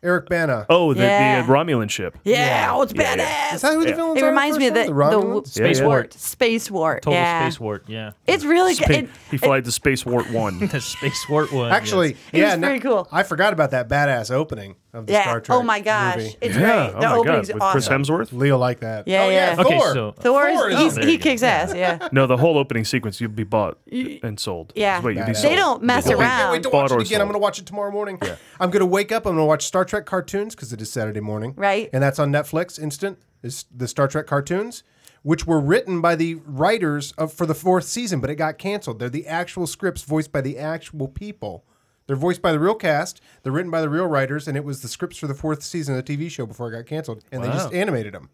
Eric Bana.
Oh, the,
Yeah.
the uh, Romulan ship.
Yeah, oh, it's
Yeah,
badass.
yeah.
is that who the villains
it
are in
reminds
first
me of the,
one? the
the
Romulans?
w-
Space
wart.
Space wart.
Total
yeah.
space wart. Yeah.
It's really good.
Space,
It,
he flies the space wart one.
The space wart one.
Actually,
yes.
It
yeah,
was
no-
pretty cool.
I forgot about that badass opening of the
yeah.
Star Trek.
oh my gosh,
movie.
it's
yeah.
great.
Oh
The
my god.
opening's
With Chris
awesome.
Hemsworth. Oh,
Leo liked that.
Yeah,
oh,
yeah.
yeah.
Okay,
Thor.
so-
Thor is-
Thor is
he's-
awesome.
he kicks ass. Yeah.
No, the whole opening sequence. You'd be bought and sold.
Yeah.
Is what you'd be
Badass.
They
sold.
don't mess
You'd be-
I can't wait
around.
to watch
Bought
it
or
again. I'm
sold.
going to watch it tomorrow morning. I'm going to wake up. I'm going to watch Star Trek cartoons because it is Saturday morning.
Right.
And that's on Netflix Instant, is the Star Trek cartoons, which were written by the writers of for the fourth season, but it got canceled. They're the actual scripts voiced by the actual people. They're voiced by the real cast. They're written by the real writers, and it was the scripts for the fourth season of the TV show before it got canceled, and they just animated them.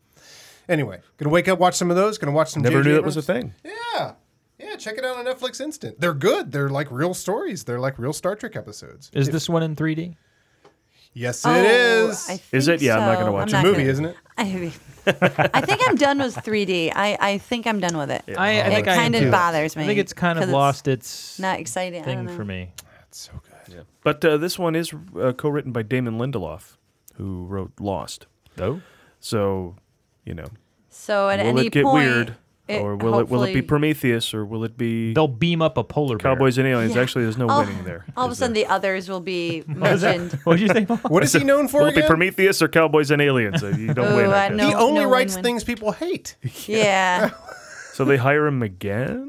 Anyway, gonna wake up, watch some of those. Gonna watch some.
Never
J.J.
knew that was a
Abrams.
thing.
Yeah. Yeah, check it out on Netflix Instant. They're good. They're like real stories. They're like real Star Trek episodes.
is this one in 3D?
Yes,
Oh,
it is.
I
Is
think
it? Yeah, I'm not gonna
so.
watch
it's a
not
movie,
gonna-
isn't it?
I, I think I'm done with 3D. I, I think I'm done with it.
I, I
It
think I am
kind of
too.
bothers me.
I think it's kind
'cause
of lost its
Not exciting. I don't
thing
know.
for me.
That's so good.
But uh, this one is uh, co-written by Damon Lindelof, who wrote Lost.
Though.
So, you know,
So at
will
any
it get
point,
weird,
it
or will it will it be
hopefully-
Prometheus, or will it be
They'll beam up a polar bear.
Cowboys and Aliens? Actually, there's no winning there.
Oh, All of a
is there?
sudden, the others will be mentioned.
What did you say? Paul?
What is he known for
Will it be
again?
Prometheus or Cowboys and Aliens? Uh, You don't
Ooh,
win. I
I
guess.
know.
He
No-
only
no
writes
win-win.
things people hate.
yeah.
So they hire him again.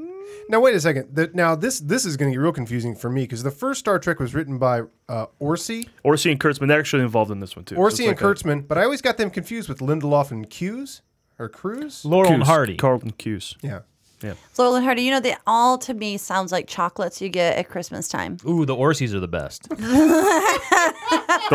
Now wait a second. The- now this this is going to get real confusing for me because the first Star Trek was written by uh, Orsi,
Orsi and Kurtzman. They're actually involved in this one too. So it's
Orsi and
like a-
Kurtzman, but I always got them confused with Lindelof and Hughes or Cruz.
Laurel and
Cuse,
Hardy.
Carlton Cuse.
Yeah.
Laurel and Hardy, you know, they all to me sounds like chocolates you get at Christmas time.
Ooh, the Orsies are the best.
the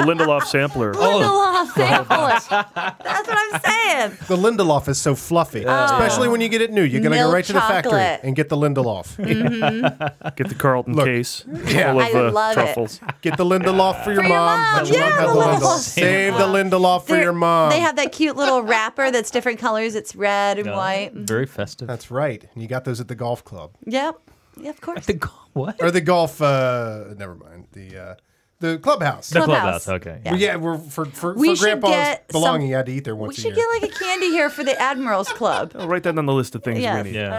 Lindelof sampler.
Oh.
Lindelof sampler. That's what I'm saying.
The Lindelof is so fluffy, especially when you get it new. You're gonna go
Oh. Milk
right to the factory
chocolate. Mm-hmm.
and get the Lindelof.
Get the Carlton
Look.
case
Yeah.
full
I
of uh,
love it.
truffles.
Get the Lindelof for your
your
mom.
mom.
Let your
Yeah,
have
the Lindelof.
Save the Lindelof for
They're-
your mom.
They have that cute little wrapper that's different colors. It's red and white.
Very festive.
That's right. And you got those at the golf club
Yep. Yeah, of course.
the g- what?
or the golf. Uh, never mind the uh, the clubhouse.
The
clubhouse.
clubhouse. Okay.
Yeah.
Well, yeah, we're for for,
We
for
should
grandpa's
get some-
belonging. you had to eat there
We
once a
should
year.
get like a candy here for the Admirals Club.
I'll write that on the list of things
Yes.
we need.
Yeah.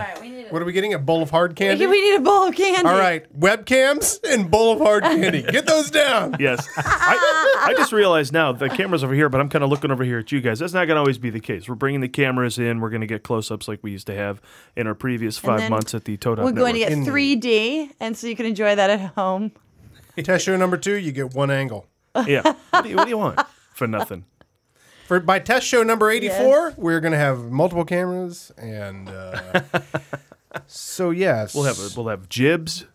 what are we getting? A bowl of hard
We
candy.
need a bowl of candy.
All right, webcams and bowl of hard candy. Get those down.
Yes. I, I just realized now the camera's over here, but I'm kind of looking over here at you guys. That's not going to always be the case. We're bringing the cameras in. We're going to get close ups like we used to have in our previous five
then
months at the Toad Hop
We're going to
Network.
get 3D, and so you can enjoy that at home.
Test show number two, you get one angle.
Yeah. What do, you, what do you want? For nothing.
For by test show number eighty-four, we're gonna have multiple cameras and. Uh, so yes,
We'll have, we'll have jibs.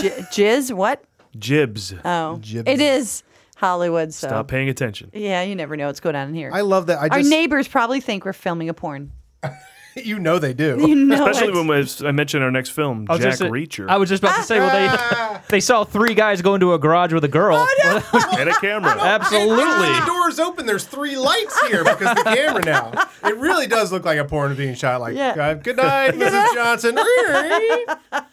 J- jizz? What?
Jibs.
Oh,
Jibs.
it is Hollywood. So
Stop paying attention.
yeah, you never know what's going on in here.
I love that. I
Our
just
neighbors probably think we're filming a porn.
you know they do.
You know
Especially
it.
when we, I mentioned our next film,
I was
Jack
just a-
Reacher.
I was just about to say,
Ah!
well, they they saw three guys go into a garage with a girl.
Oh,
and a camera.
The
Absolutely.
door's open. There's three lights here because the camera now. It really does look like a porn being shot. Like,
Yeah.
uh, good night, Mrs. Johnson.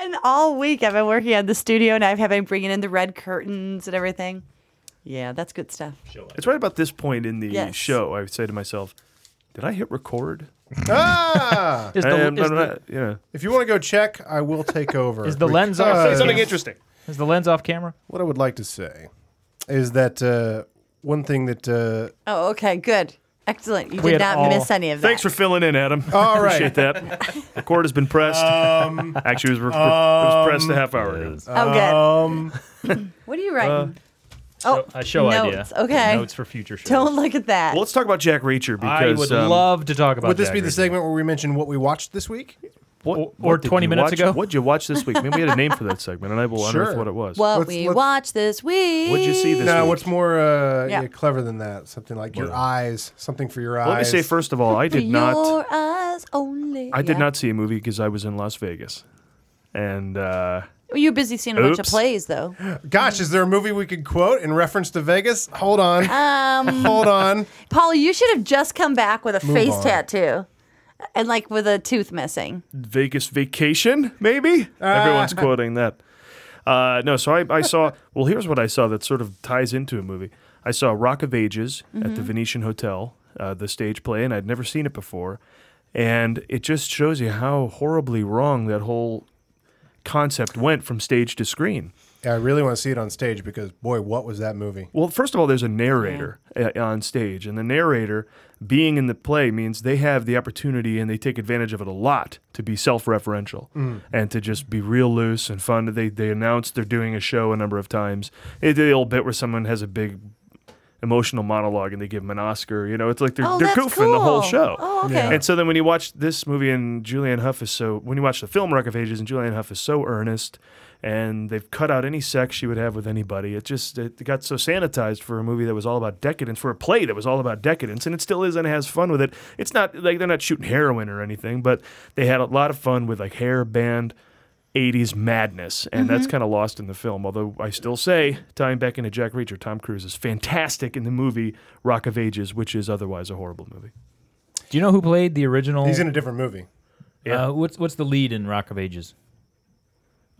And all week I've been working on the studio, and I've been bringing in the red curtains and everything. Yeah, that's good stuff.
It's right about this point in the
Yes.
show. I say to myself, did I hit record?
ah,
Is the,
I am-
is
I'm
the-
not- yeah.
if you want to go check, I will take over.
Is the
Which-
lens
uh,
off?
Something interesting.
Is the lens off camera?
What I would like to say is that uh, one thing that. Uh,
Oh, okay, good, excellent. You
We
did
had
not
all-
miss any of that.
Thanks for filling in, Adam.
All right.
Appreciate that. The cord has been pressed.
Um,
Actually, it was, re- it was pressed a half hour ago.
oh, good.
um,
what are you writing?
Oh, a show
notes,
idea.
okay.
Notes for future shows.
Don't look at that.
Well, let's talk about Jack Reacher
I
because
would
um,
love to talk about.
would this be the
Jaggers.
segment where we mention what we watched this week?
what,
or
what did
20
you
minutes
watch-
ago?
What'd you watch this week? Maybe we had a name for that segment, and I will unearth
Sure.
what it was.
what
let's-
we
let's-
watched this week.
What'd you see this
No,
week?
what's more uh,
Yeah.
yeah, clever than that? Something like your eyes, something for your eyes.
Let me say first of all, I
For
did not.
Your eyes only.
I did
Yeah.
not see a movie because I was in Las Vegas, and uh,
Well, you were busy seeing a bunch of
Oops.
plays, though.
Gosh, is there a movie we could quote in reference to Vegas? Hold on.
Um,
Hold on.
Paul, you should have just come back with a face
on.
tattoo, and like with a tooth missing.
Vegas Vacation, maybe? Everyone's quoting that. Uh, no, so I, I saw, well, here's what I saw that sort of ties into a movie. I saw Rock of Ages at the Venetian Hotel, uh, the stage play, and I'd never seen it before. And it just shows you how horribly wrong that whole concept went from stage to screen.
Yeah, I really want to see it on stage because, boy, what was that movie?
Well, first of all, there's a narrator uh, on stage, and the narrator being in the play means they have the opportunity and they take advantage of it a lot to be self-referential
Mm.
and to just be real loose and fun. They they announce they're doing a show a number of times. They do the old bit where someone has a big emotional monologue and they give them an Oscar. You know, it's like they're,
Oh,
they're
that's
goofing the whole
cool.
show.
Oh, okay. Yeah.
And so then when you watch this movie and Julianne Hough is so when you watch the film Rock of Ages and Julianne Hough is so earnest and they've cut out any sex she would have with anybody. It just it got so sanitized for a movie that was all about decadence, for a play that was all about decadence, and it still is and has fun with it. It's not like they're not shooting heroin or anything, but they had a lot of fun with like hair band 80s madness, and that's kind of lost in the film. Although I still say, tying back into Jack Reacher, Tom Cruise is fantastic in the movie Rock of Ages, which is otherwise a horrible movie.
Do you know who played the original?
He's in a different movie.
Uh, what's what's the lead in Rock of Ages?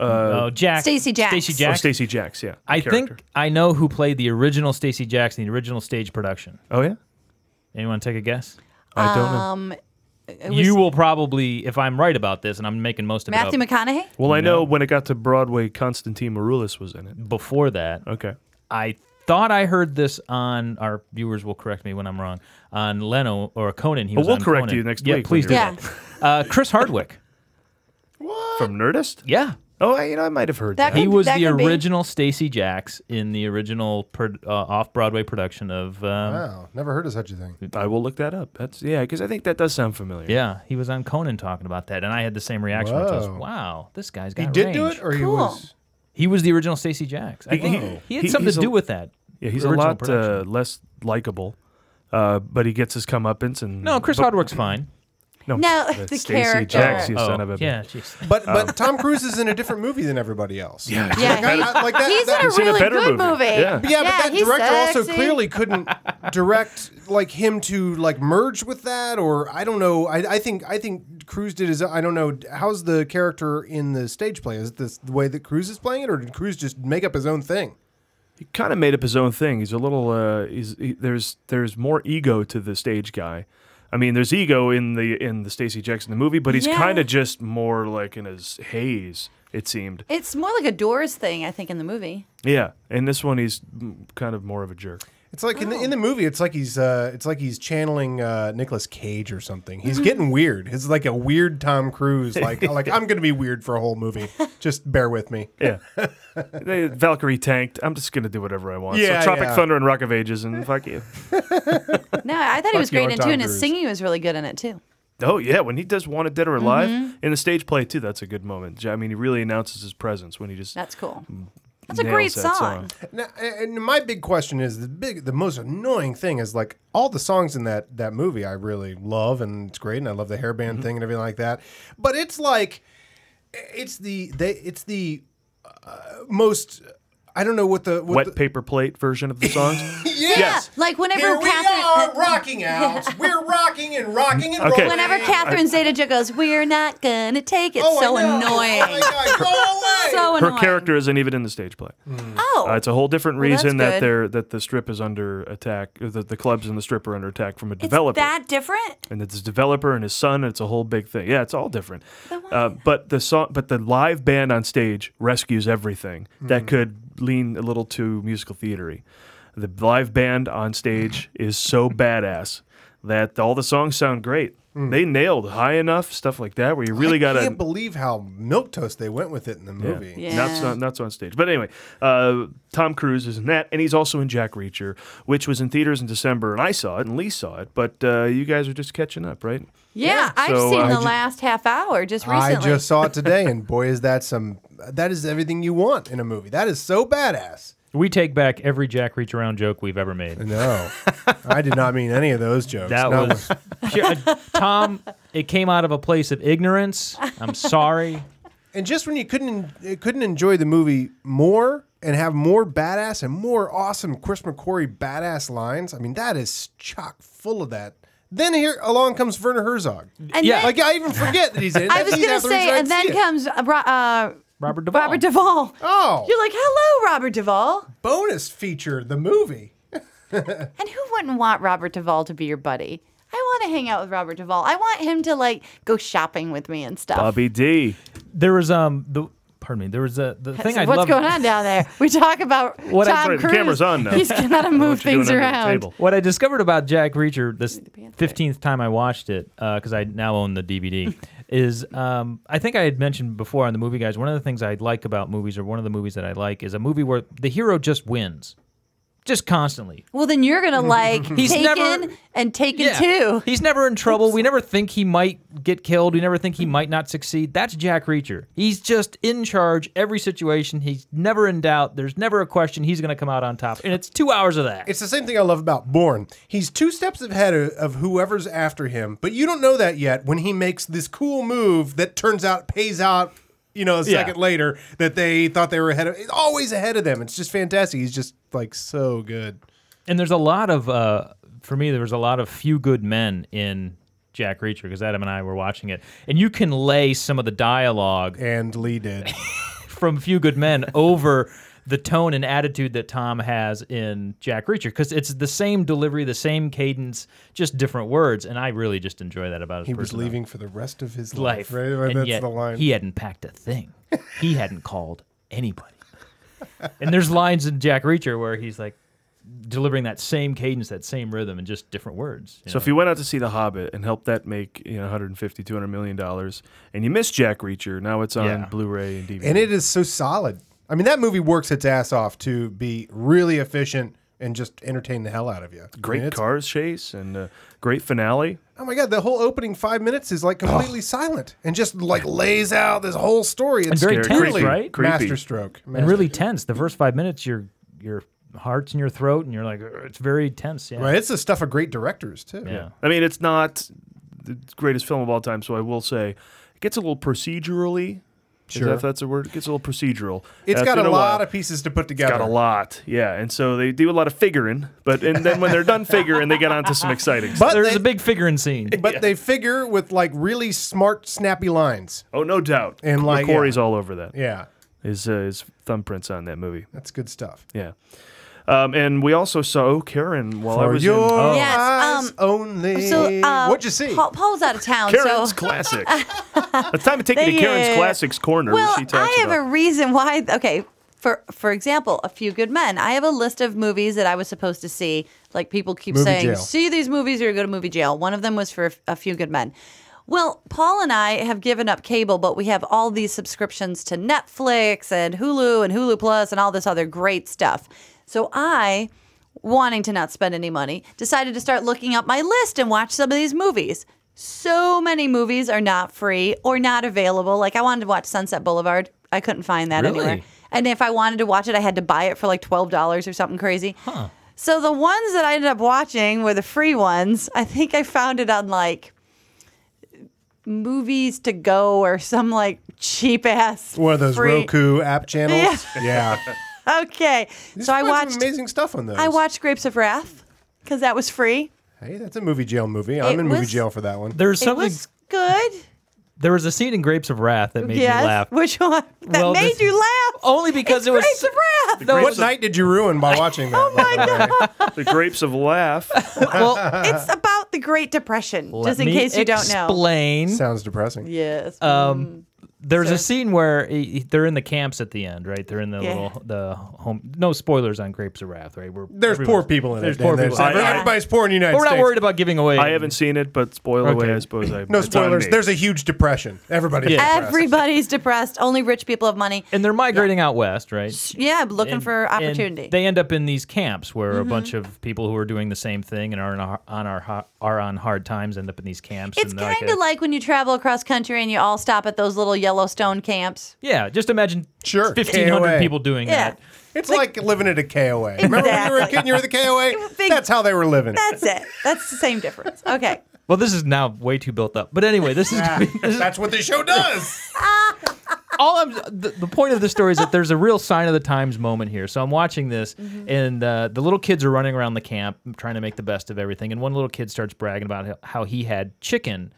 Uh,
oh, Jack.
Stacey Jacks.
Stacy
Oh,
Jacks.
Stacy Jacks, yeah.
I
the
think
character.
I know who played the original Stacy Jacks in the original stage production.
Oh yeah.
Anyone take a guess?
I don't know.
Um,
You will probably, if I'm right about this, and I'm making most of
Matthew
it up,
McConaughey.
Well, I know when it got to Broadway, Constantine Maroulis was in
Mm.
it.
before that,
Okay.
I thought I heard this on our viewers will correct me when I'm wrong on Leno or Conan. He was
Oh, we'll
on
correct
Conan.
you next
yeah,
week when
Please do.
you're
Yeah,
that. Uh, Chris Hardwick.
From Nerdist?
yeah.
Oh, I, you know, I might have heard
That
that.
He
could-
was
that
the
could be.
original Stacy Jacks in the original pro- uh, off Broadway production of. Um,
Wow, never heard of such a thing.
I will look that up. That's yeah, because I think that does sound familiar.
Yeah, he was on Conan talking about that, and I had the same reaction. Which was,
Whoa.
wow, this guy's got
He did do
range."
it, or he
Cool.
was.
He was the original Stacy Jacks. I
He-
think
he-
he had
he-
something
he's
to
a-
do with that.
Yeah, he's a
original
lot
production.
uh, less likable, uh, but he gets his comeuppance. And
no, Chris
but-
Hardwick's fine.
No,
No,
that's
the
Stacey
character.
Jacks, you
Oh,
son of a.
yeah, jeez.
But but Tom Cruise is in a different movie than everybody else. Yeah,
Yeah,
I-
he-
I- like that-
he's
that-
in a
He's in a
really
better
good
movie.
movie.
Yeah.
But yeah, but that
he's
director also
sexy.
clearly couldn't direct like him to like merge with that, or I don't know. I, I think I think Cruz did his. I don't know how's the character in the stage play. Is it this the way that Cruz is playing it, or did Cruz just make up his own thing?
He kind of made up his own thing. He's a little. Uh, he's he, there's there's more ego to the stage guy. I mean, there's ego in the in the Stacy Jackson the movie, but he's
Yeah.
kind of just more like in his haze. It seemed.
It's more like a Doors thing, I think, in the movie.
Yeah, and this one he's mm, kind of more of a jerk.
It's like in the
Oh.
in the movie, it's like he's uh, it's like he's channeling uh, Nicolas Cage or something. He's getting weird. It's like a weird Tom Cruise. Like like I'm gonna be weird for a whole movie. Just bear with me.
Yeah, they, Valkyrie tanked. I'm just gonna do whatever I want.
Yeah,
so Tropic
yeah.
Thunder and Rock of Ages and fuck you.
No, I thought he was
you,
great in
I'm
it
Tom
too, and his
Cruise.
singing was really good in it too.
Oh yeah, when he does "Wanted Dead or Alive"
Mm-hmm.
in the stage play too, that's a good moment. I mean, he really announces his presence when he just
That's cool. That's a
nails
great
that
song.
Now, and my big question is the big, the most annoying thing is like all the songs in that that movie I really love and it's great and I love the hairband
Mm-hmm.
thing and everything like that, but it's like it's the they it's the uh, most I don't know what the what
Wet
the,
paper plate version of the songs.
yes.
Like whenever
Here we
Catherine,
are rocking out. We're rocking and rocking and
Okay.
rolling.
whenever Catherine Zeta goes, "We're not gonna take it,"
Oh, I
so
know. Oh my
annoying.
God, go away.
so
her
annoying.
character isn't even in the stage play.
Oh,
Uh, it's a whole different
that's
reason that
good.
they're that the strip is under attack. or That the clubs and the strip are under attack from a
It's
developer,
that different?
and it's a developer and his son. It's a whole big thing. Yeah, it's all different. Uh, but the song, but the live band on stage rescues everything that could lean a little to musical theatery. The live band on stage is so badass that all the songs sound great. They nailed high enough stuff like that where you really got
I
to
can't believe how milk toast they went with it in the movie.
Yeah.
Nuts, on, nuts on stage. But anyway, uh, Tom Cruise is in that, and he's also in Jack Reacher, which was in theaters in December, and I saw it, and Lee saw it, but uh, you guys are just catching up, right?
yeah, I've
So,
seen
uh,
the
I ju-
last half hour just
I
recently.
just saw it today, and boy, is that some. That is everything you want in a movie. That is so badass.
We take back every Jack Reach Around joke we've ever made.
No, I did not mean any of those jokes.
That
No.
was pure, Tom. It came out of a place of ignorance. I'm sorry.
and just when you couldn't uh, couldn't enjoy the movie more and have more badass and more awesome Chris McQuarrie badass lines. I mean, that is chock full of that. Then here along comes Werner Herzog.
and
Yeah,
then,
Like I even forget that he's in. it.
I was
That's- he's
gonna
half the reason I
say, and
didn't
then
see it.
comes uh, Ro- uh,
Robert Duvall.
Robert Duvall.
Oh.
you're like, "Hello, Robert Duvall."
bonus feature the movie.
And who wouldn't want Robert Duvall to be your buddy? I want to hang out with Robert Duvall. I want him to like go shopping with me and stuff.
Bobby D.
There was um the pardon me. There was a the thing
So
I
what's
love.
going on down there? We talk about
What I-
Tom
Sorry, the
Cruise.
camera's on now.
He's gotta move
What you doing
things
under the
around.
table?
What I discovered about Jack Reacher this fifteenth time I watched it because I now own the DVD is um, I think I had mentioned before on the movie guys. One of the things I like about movies, or one of the movies that I like, is a movie where the hero just wins, just constantly.
Well, then you're gonna like
He's
Taken
never-
and Taken
Yeah.
Two.
He's never in trouble. We never think he might get killed. We never think he might not succeed. That's Jack Reacher. He's just in charge every situation. He's never in doubt. There's never a question he's going to come out on top. And it's two hours of that.
It's the same thing I love about Bourne. He's two steps ahead of, of whoever's after him, but you don't know that yet when he makes this cool move that turns out pays out, you know, a
Yeah.
second later that they thought they were ahead of. It's always ahead of them. It's just fantastic. He's just like so good.
and there's a lot of, uh, for me, there was a lot of few good men in Jack Reacher because Adam and I were watching it. And you can lay some of the dialogue
And Lee did.
from Few Good Men over the tone and attitude that Tom has in Jack Reacher because it's the same delivery, the same cadence, just different words, and I really just enjoy that about his
He was
personality.
leaving for the rest of his
life,
life. Right? Right,
and
That's
yet
the line.
he hadn't packed a thing. he hadn't called anybody. and there's lines in Jack Reacher where he's like delivering that same cadence, that same rhythm, and just different words.
So if you went out to see The Hobbit and helped that make you know 150, 200 million dollars, and you missed Jack Reacher, now it's on
Yeah.
Blu-ray and DVD.
and it is so solid. I mean, that movie works its ass off to be really efficient, and just entertain the hell out of you. I
Great
mean, it's-
cars chase and uh, great finale.
Oh my god, the whole opening five minutes is like completely silent and just like lays out this whole story. It's
very tense,
really
right?
Creepy.
Masterstroke.
and really tense. The first five minutes, your your heart's in your throat, and you're like, "Ugh," it's very tense. Yeah,
Right, it's the stuff of great directors too.
yeah.
I mean, it's not the greatest film of all time, so I will say it gets a little procedurally. Sure. if that's a word, it gets a little procedural.
It's
Uh,
got
been
a
while.
lot of pieces to put together.
Got a lot, yeah, and so they do a lot of figuring, but and then when they're done figuring, they get onto some exciting. stuff.
But
There's
they,
a big figuring scene.
but they figure with like really smart, snappy lines.
oh, no doubt,
And, like,
Corey's
yeah.
all over that.
Yeah,
His uh, his thumbprints on that movie,
that's good stuff.
yeah. Um, and we also saw oh, Karen while I
For
was
your
in oh,
oh.
Yes,
eyes
um,
only.
So, uh,
What'd you see?
Paul, Paul's out of town,
Karen's
so.
Classics. it's time to take you to
They,
Karen's
uh,
Classics corner. where
Well,
she talks
I have
about.
a reason why. Okay, for for example, A Few Good Men. I have a list of movies that I was supposed to see. Like people keep
Movie
saying,
jail.
see these movies or you go to movie jail. One of them was for A Few Good Men. Well, Paul and I have given up cable, but we have all these subscriptions to Netflix and Hulu and Hulu Plus and all this other great stuff. So I, wanting to not spend any money, decided to start looking up my list and watch some of these movies. So many movies are not free or not available. Like I wanted to watch Sunset Boulevard. I couldn't find that
Really?
anywhere. And if I wanted to watch it, I had to buy it for like $12 or something crazy. So the ones that I ended up watching were the free ones. I think I found it on like movies to go or some like cheap ass
One of those
free-
Roku app channels. Yeah.
Okay.
There's
so I
quite some
watched
amazing stuff on those.
I watched Grapes of Wrath cuz that was free.
Hey, that's a movie jail movie. I'm
It
in movie
was-
jail for that one.
There's
It
something.
was good.
there was a scene in Grapes of Wrath that made
yes.
me laugh.
Which one? That
Well,
made
this-
you laugh.
Only because
It's
it was
Grapes of Wrath.
No,
What night did you ruin by watching that? oh my god!
the grapes of laugh.
well,
it's about the Great Depression,
let
just in
me
case you don't know.
Explain.
Sounds depressing.
Yes.
Um, there's a scene where he- they're in the camps at the end, right? They're in the
Yeah.
little the home. No spoilers on Grapes of Wrath, right? We're
There's poor people in
There's
it.
poor
Dan.
people.
I-
everybody's poor in the United
But we're not
States.
worried about giving away.
I haven't seen it, but spoil away,
Okay.
I suppose. I,
No
it's on
spoilers.
me.
There's a huge depression. Everybody's
Yeah.
depressed.
Everybody's depressed. Only rich people have money.
And they're migrating out west, right?
Yeah, looking
and-
for
and
opportunity. Mm-hmm.
They end up in these camps where a bunch of people who are doing the same thing and are on our, on our ho- are on hard times end up in these camps.
it's
and they're like
kind of
a-
like when you travel across country and you all stop at those little Yellowstone camps.
yeah. Just imagine
Sure,
fifteen hundred
KOA.
people doing
Yeah.
that.
It's like, living at a KOA. Remember when you were a kid and you were at the KOA? That's how they were living.
That's it. That's the same difference. Okay.
Well, this is now way too built up. But anyway, this is, this is
That's what this show does.
all I'm. The, the point of the story is that there's a real sign of the times moment here. So I'm watching this, and uh, the little kids are running around the camp trying to make the best of everything. And one little kid starts bragging about how- how he had chicken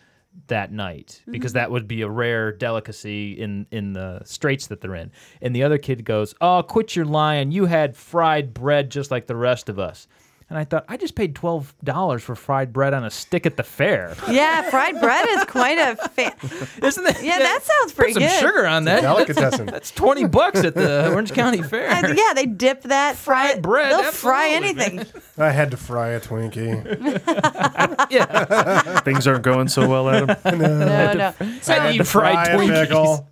that night because that would be a rare delicacy in in the straits that they're in. And the other kid goes, "Oh, quit your lying! You had fried bread just like the rest of us." And I thought, I just paid twelve dollars for fried bread on a stick at the fair.
Yeah, fried bread is quite a fan.
Isn't that?
Yeah, that sounds pretty
Put some
good.
sugar on that.
Delicatessen.
That's twenty bucks at the Orange County Fair.
Uh, yeah, they dip that fry
Fried bread,
They'll fry
absolutely,
anything.
I had to fry a Twinkie.
yeah.
Things aren't going so well, Adam.
No, no. So,
eat fried
Fry a
Twinkies.
pickle.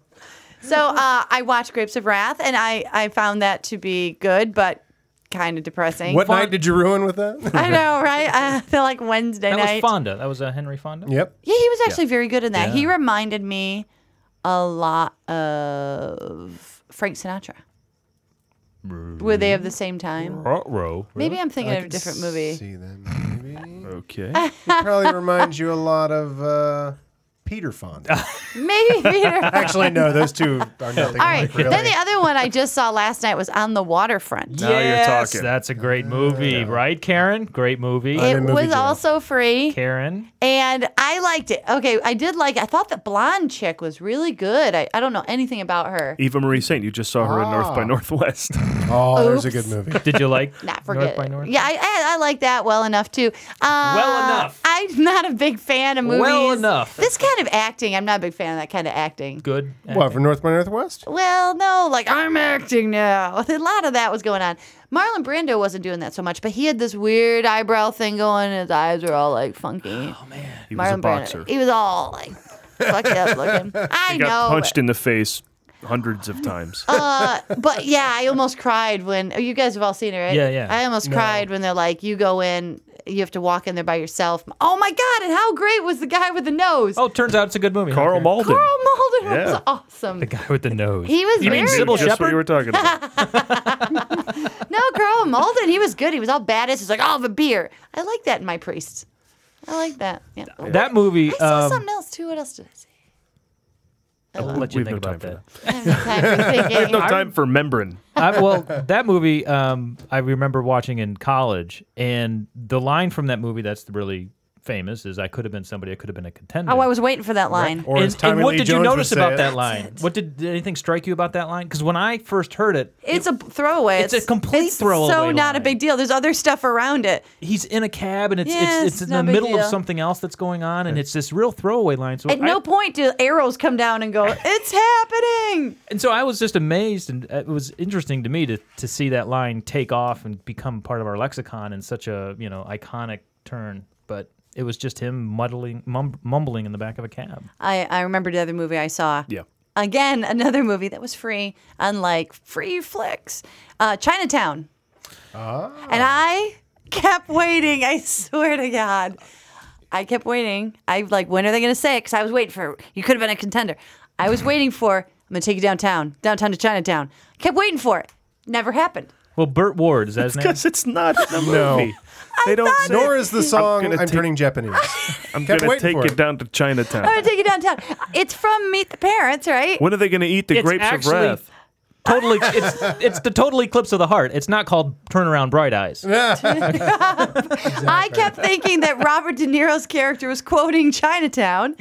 so uh, I watched Grapes of Wrath, and I I found that to be good, but kind of depressing.
What
Fun-
night did you ruin with that?
I know, right? Uh, I feel like Wednesday
That was
night.
Fonda. That was uh, Henry Fonda.
yep.
Yeah, he was actually very good in that. He reminded me a lot of Frank Sinatra. Were they of the same time? Maybe I'm thinking of a different movie.
See then. Maybe.
Okay.
Probably reminds you a lot of uh, Peter Fonda.
Maybe Peter.
Actually, no, those two are nothing.
All right.
Alike, really.
Then the other one I just saw last night was On the Waterfront.
Now you're
Yes,
talking.
That's a great movie, right, Karen? Great movie.
I'm
It
in movie
was
jail.
also free.
Karen.
And I liked it. Okay, I did like. I thought the blonde chick was really good. I, I don't know anything about her.
Eva Marie Saint, you just saw her in North by
Ah.
Northwest.
oh, there's a
Oops.
good movie.
Did you like
Not
North
forget.
by North?
Yeah, I, I I like that well enough too. Uh,
Well enough.
I'm not a big fan of movies.
Well enough.
This kind of acting, I'm not a big fan of that kind of acting.
Good.
What for North by Northwest?
Well, no, like I'm acting now. A lot of that was going on. Marlon Brando wasn't doing that so much, but he had this weird eyebrow thing going. His eyes were all like funky. Oh man,
He was a boxer.
Brando. He was all like fucked up looking. I
He
know.
got
but-
punched in the face hundreds of times.
Uh, but yeah, I almost cried when oh, you guys have all seen it, right?
Yeah, yeah.
I almost cried when they're like, you go in, you have to walk in there by yourself. Oh my god! And how great was the guy with the nose?
Oh, turns out it's a good movie.
Carl Malden.
Carl Malden
Yeah.
was awesome.
The guy with the nose.
He was
You mean
very
Sybil
good.
Just what
Shepherd?
you were talking about.
No, Carl Malden, he was good. He was all badass. He's like, I'll have a beer. I like that in my priest. I like that. Yeah.
That movie.
I saw
um,
something else too. What else did I see?
I'll let you
We've
think
no
about
time
that.
I have no time for thinking.
No time for membran.
I, well, that movie um, I remember watching in college, and the line from that movie that's really famous is, "I could have been somebody. I could have been a contender."
Oh, I was waiting for that line.
Or as
and, and
Tommy
what
Lee
did you
Jones would
notice
say
about
it.
that line? What did, did anything strike you about that line? Because when I first heard it,
It's a throwaway.
It's a complete throwaway
So not a
line.
big deal. There's other stuff around it.
he's in a cab and it's
Yeah,
it's, it's
it's
in
no
the
big
middle of
deal.
something else that's going on, and it's this real throwaway line. So
At
I-
no point do arrows come down and go, "It's happening."
and so I was just amazed, and it was interesting to me to to see that line take off and become part of our lexicon in such a you know iconic turn, but. It was just him muddling, mum, mumbling in the back of a cab.
I I remembered the other movie I saw.
Yeah.
Again, another movie that was free, unlike free flicks, uh, Chinatown. And I kept waiting. I swear to God, I kept waiting. I like, when are they going to say it? Because I was waiting for you could have been a contender. I was waiting for. I'm going to take you downtown, downtown to Chinatown. Kept waiting for it. Never happened.
Well, Burt Ward is that his name?
Because it's not in the movie. They don't say,
Nor is the song I'm,
gonna take-
turning Japanese.
I'm going
Kept
to
waiting
take
for
it
it.
down to Chinatown.
I'm going to take you downtown. It's from Meet the Parents, right?
When are they going to eat the
It's
grapes
actually-
of wrath?
Totally, it's it's the total eclipse of the heart. It's not called Turn Around Bright Eyes.
I kept thinking that Robert De Niro's character was quoting Chinatown.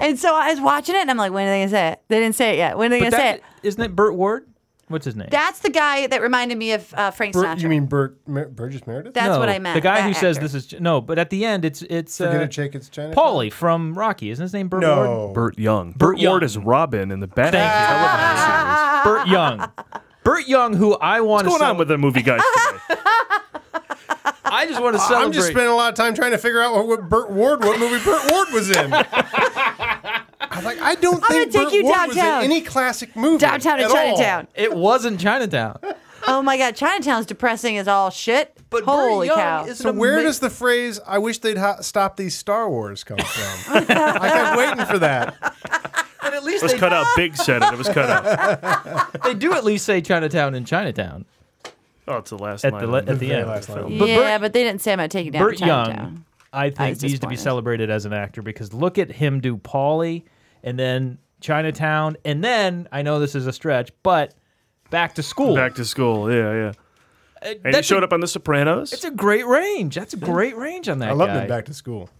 And so I was watching it and I'm like, when are they going to say it? They didn't say it yet. When are they going to say it?
isn't it Burt Ward? What's his name?
That's the guy that reminded me of uh, Frank
Bur-
Sinatra.
you mean Bur- Mer- Burgess Meredith?
That's
No,
what I meant.
The guy
that
who says
actor.
this is no, but at the end it's it's
Forget
uh,
it, shake it's China.
Paulie from Rocky. Isn't his name Burt Ward?
No.
Burt Young. Burt, Ward
Young.
is Robin in the Batman television series.
Burt Young. Burt Young, who I want
What's
to
going on with the movie guys today?
I just want to celebrate.
I'm just spending a lot of time trying to figure out what, what Burt Ward, what movie Burt Ward was in. I'm like, I don't
gonna
think
take
Burt
you
Ward was in
downtown.
any classic movie.
Downtown to
at all.
Chinatown.
it wasn't Chinatown.
Oh my God. Chinatown's depressing as all shit.
But
Holy
Burt Young
cow.
is
So
an
where
ama-
does the phrase "I wish they'd ha- stop these Star Wars" come from? I kept waiting for that.
and at
It
least
was
they,
cut out. Big said it. It was cut out.
they do at least say Chinatown in Chinatown
Oh, it's the last
at
line.
the
of
le- at the
very
end.
last line.
But
yeah,
Burt,
but they didn't say I'm going to take you down
Burt
to Chinatown.
Young, I
was
think needs to be
disappointed.
celebrated as an actor because look at him do Paulie and then Chinatown and then I know this is a stretch, but Back to School. Uh,
Back to school. Yeah, yeah. And he
That's
showed
a-
up on The Sopranos.
It's a great range. That's a great range on that
I love
guy.
him back to school.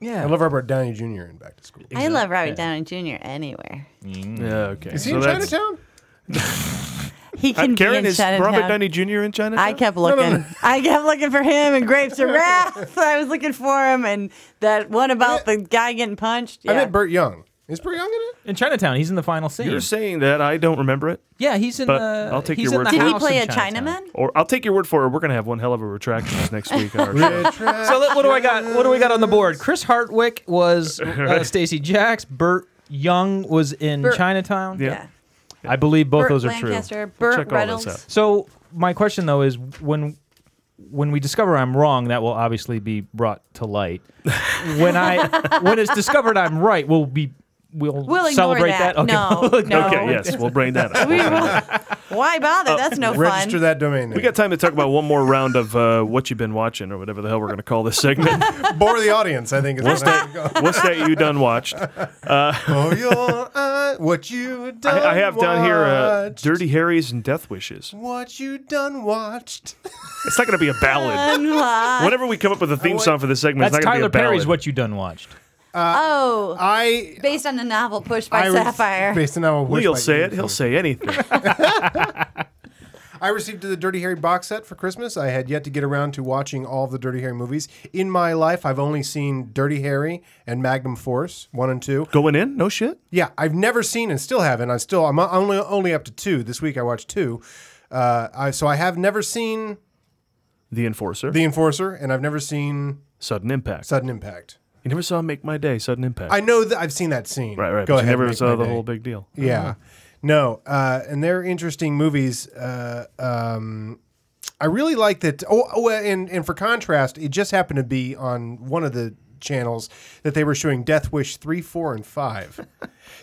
Yeah.
I love Robert Downey Jr. in Back to School.
I love Robert Downey Jr. anywhere.
Uh,
yeah, okay.
Is he
So
in
that's-
Chinatown?
He
Uh,
can be
Karen
in
is
Chinatown.
Robert Downey Jr. in Chinatown.
I kept looking.
no.
I kept looking for him and Grapes of Wrath. I was looking for him and that one about the guy getting punched.
I
Yeah.
meant Burt Young. Is Burt Young in
in Chinatown. He's in the final scene.
You're saying that I don't remember it,
yeah, he's in
but
the.
I'll take your
he's in
word
the
for it.
Did he
house
play a
in Chinatown.
Chinaman?
or I'll take your word for it. We're gonna have one hell of a retraction next week on our show.
it? Try-
So let- what do I got? What do we got on the board? Chris Hartwick was uh, Stacy Jacks. Burt Young was in
Burt-
Chinatown.
Yeah.
Yeah.
I believe both
Burt
those are
Lancaster,
true.
Burt
check all those
Reynolds.
out.
So my question though is when when we discover I'm wrong, that will obviously be brought to light. when I when it's discovered I'm right, we'll be we'll,
We'll ignore
celebrate
that.
that. Okay.
No, no.
Okay, yes, we'll bring that up.
We will- Why bother? That's no fun.
Uh, Register that domain name.
We got time to talk about one more round of uh, what you've been watching, or whatever the hell we're gonna call this segment.
Bore the audience, I think. Is
What's
what I-
that? What's that you done watched?
Oh, your eye, what you done
I, I have down here uh,
watched.
Dirty Harry's and Death Wishes.
What you done watched.
It's not gonna be a ballad.
Unlock.
Whenever we come up with a theme song for this segment,
That's
it's not gonna
Tyler
be a ballad.
Perry's What You Done Watched.
oh,
I...
based on the novel Pushed by
Uh, I re-
Sapphire.
Based on how I wish
Lee'll
my
say
ears
it. He'll
were.
say anything.
I received the Dirty Harry box set for Christmas. I had yet to get around to watching all of the Dirty Harry movies. In my life, I've only seen Dirty Harry and Magnum Force, one and two.
Going in? No shit.
Yeah, I've never seen and still haven't. I'm still I'm only only up to two. This week I watched two. Uh, I, so I have never seen
The Enforcer.
The Enforcer, and I've never seen
Sudden Impact.
Sudden Impact.
you never saw Make My Day. Sudden Impact.
I know that I've seen that scene.
right, right.
Go
but You
ahead.
never
make
saw the
my
Uh-huh.
day.
whole big deal.
Yeah. No, uh, and they're interesting movies. Uh, um, I really like that. Oh, oh and, and for contrast, it just happened to be on one of the channels that they were showing Death Wish 3, 4, and 5.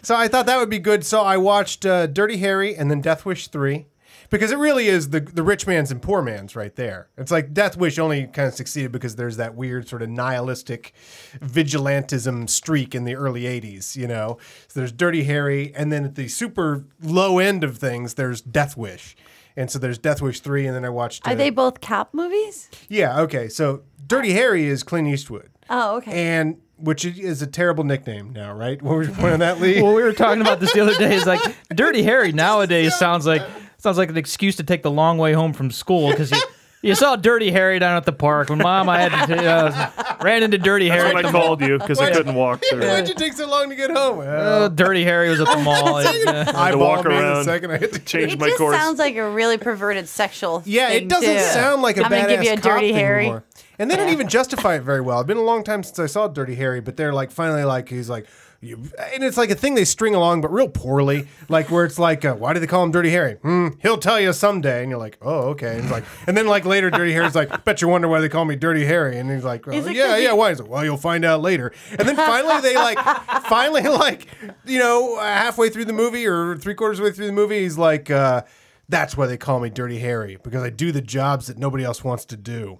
so I thought that would be good. So I watched uh, Dirty Harry and then Death Wish 3. Because it really is the the rich man's and poor man's right there. It's like Death Wish only kind of succeeded because there's that weird sort of nihilistic vigilantism streak in the early '80s, you know. So there's Dirty Harry, and then at the super low end of things, there's Death Wish, and so there's Death Wish three, and then I watched.
Are
uh,
they both cop movies?
Yeah. Okay. So Dirty Harry is Clint Eastwood,
Oh, okay.
and which is a terrible nickname now, right? What was your point on that, Lee?
well, we were talking about this the other day. It's like Dirty Harry nowadays sounds like sounds like an excuse to take the long way home from school because you. You saw Dirty Harry down at the park. When Mom, I had to, uh, ran into Dirty Harry.
That's
at
when
the
I called you because I couldn't walk through.
Why'd you take so long to get home? Well,
mall. Uh, Dirty Harry was at the mall. and, uh,
I
walk
me the
around.
second I hit the
Change
it
my
just
course.
sounds like a really perverted sexual.
Yeah,
thing
it doesn't
too.
sound like a
I'm
badass
gonna give you a
cop
dirty
thing
Harry.
anymore. And they don't even justify it very well. It's been a long time since I saw Dirty Harry, but they're like finally like he's like, you, and it's like a thing they string along, but real poorly. Like where it's like, uh, why do they call him Dirty Harry? Hmm, he'll tell you someday, and you're like, oh okay. And it's like, and then like later, Dirty Harry's like, bet you wonder why they call me Dirty Harry, and he's like, well,
it 'cause
yeah,
he-
yeah, why? He's like, well, you'll find out later. And then finally they like, finally like, you know, halfway through the movie or three quarters way through the movie, he's like. uh that's why they call me Dirty Harry because I do the jobs that nobody else wants to do.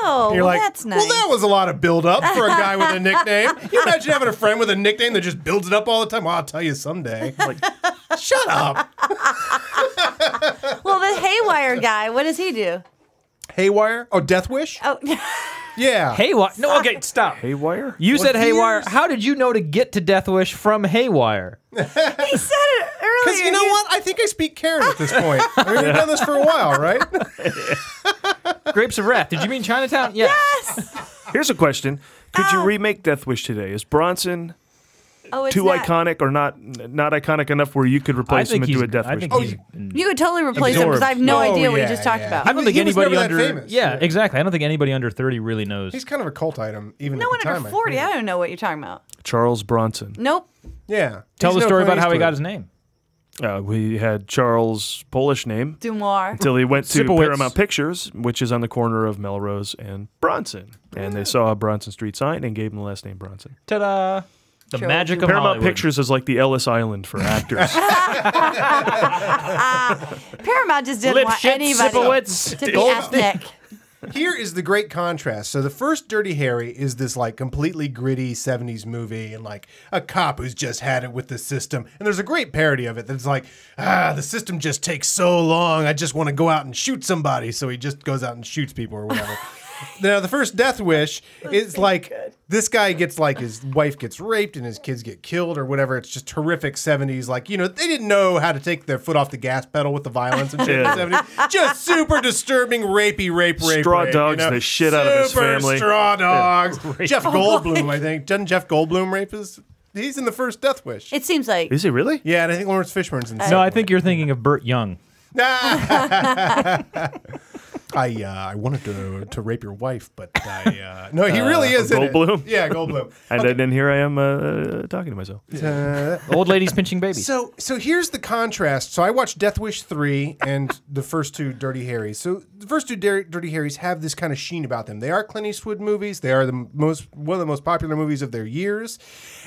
Oh,
You're
well,
like,
that's nice.
well, that was a lot of build up for a guy with a nickname. Can you imagine having a friend with a nickname that just builds it up all the time. Well, I'll tell you someday.
Like,
Shut up.
well, the haywire guy. What does he do?
Haywire? Oh, Death Wish?
Oh,
Yeah.
Haywire. No, okay, stop.
haywire?
You said Haywire.
years?
How did you know to get to Death Wish from Haywire?
he said it earlier.
Because you know
He-
what? I think I speak Karen at this point. I mean, we've done this for a while, right?
Grapes of Wrath. Did you mean Chinatown? Yeah.
Here's a question: Could
Oh.
you remake Death Wish today? Is Bronson
Oh, it's
too
not-
iconic or not not iconic enough where you could
I
replace him
think
and
he's.
do a Death
I
Wish?
think
movie?
he's.
You could totally replace him because I have no
Absorbed.
idea what you
Oh,
just
yeah,
talked
yeah.
about.
I don't think
he was never
anybody
that
under.
famous.
Yeah, exactly. I don't think anybody under thirty really knows.
He's kind of a cult item, even
no
at
one
the time.
under
I
40.
think.
I don't know what you're talking about.
Oh,
Charles Bronson.
Nope.
Yeah.
Tell
He's
the
no
story
Clint
about how he
Eastwood.
got his name.
Uh, we had Charles Polish name
Dumoir.
until he went to
Sipowicz.
Paramount Pictures, which is on the corner of Melrose and Bronson, and they saw a Bronson Street sign and gave him the last name Bronson.
Ta-da! The
Sure.
magic of
Paramount
Hollywood.
Pictures is like the Ellis Island for actors.
Paramount just didn't want
Lipschitz,
anybody
Sipowicz.
to be ethnic.
Here is the great contrast. So the first Dirty Harry is this like completely gritty 70s movie and like a cop who's just had it with the system. And there's a great parody of it that's like, ah, the system just takes so long. I just want to go out and shoot somebody. So he just goes out and shoots people or whatever. now the first Death Wish is like this guy gets like his wife gets raped and his kids get killed or whatever. It's just horrific 70s. Like, you know, they didn't know how to take their foot off the gas pedal with the violence and shit
Yeah.
in the 70s. Just super disturbing, rapey, rape, rape,
Straw
rape,
dogs the shit out of his
Super
family.
Straw dogs. Jeff Goldblum, I think. Doesn't Jeff Goldblum rape his? He's in the first Death Wish.
It seems like.
is he really?
yeah, and I think Lawrence Fishburne's in. the
No,
second
I think you're thinking of Burt Young.
one. I uh, I wanted to to rape your wife, but I uh, no, he really is in it.
Goldblum?
Yeah, Goldblum.
And then- then here I am uh, talking to myself.
Old ladies pinching babies.
So so here's the contrast. So I watched Death Wish 3 and the first two Dirty Harrys. So the first two Dir- Dirty Harrys have this kind of sheen about them. They are Clint Eastwood movies. They are the m- most one of the most popular movies of their years.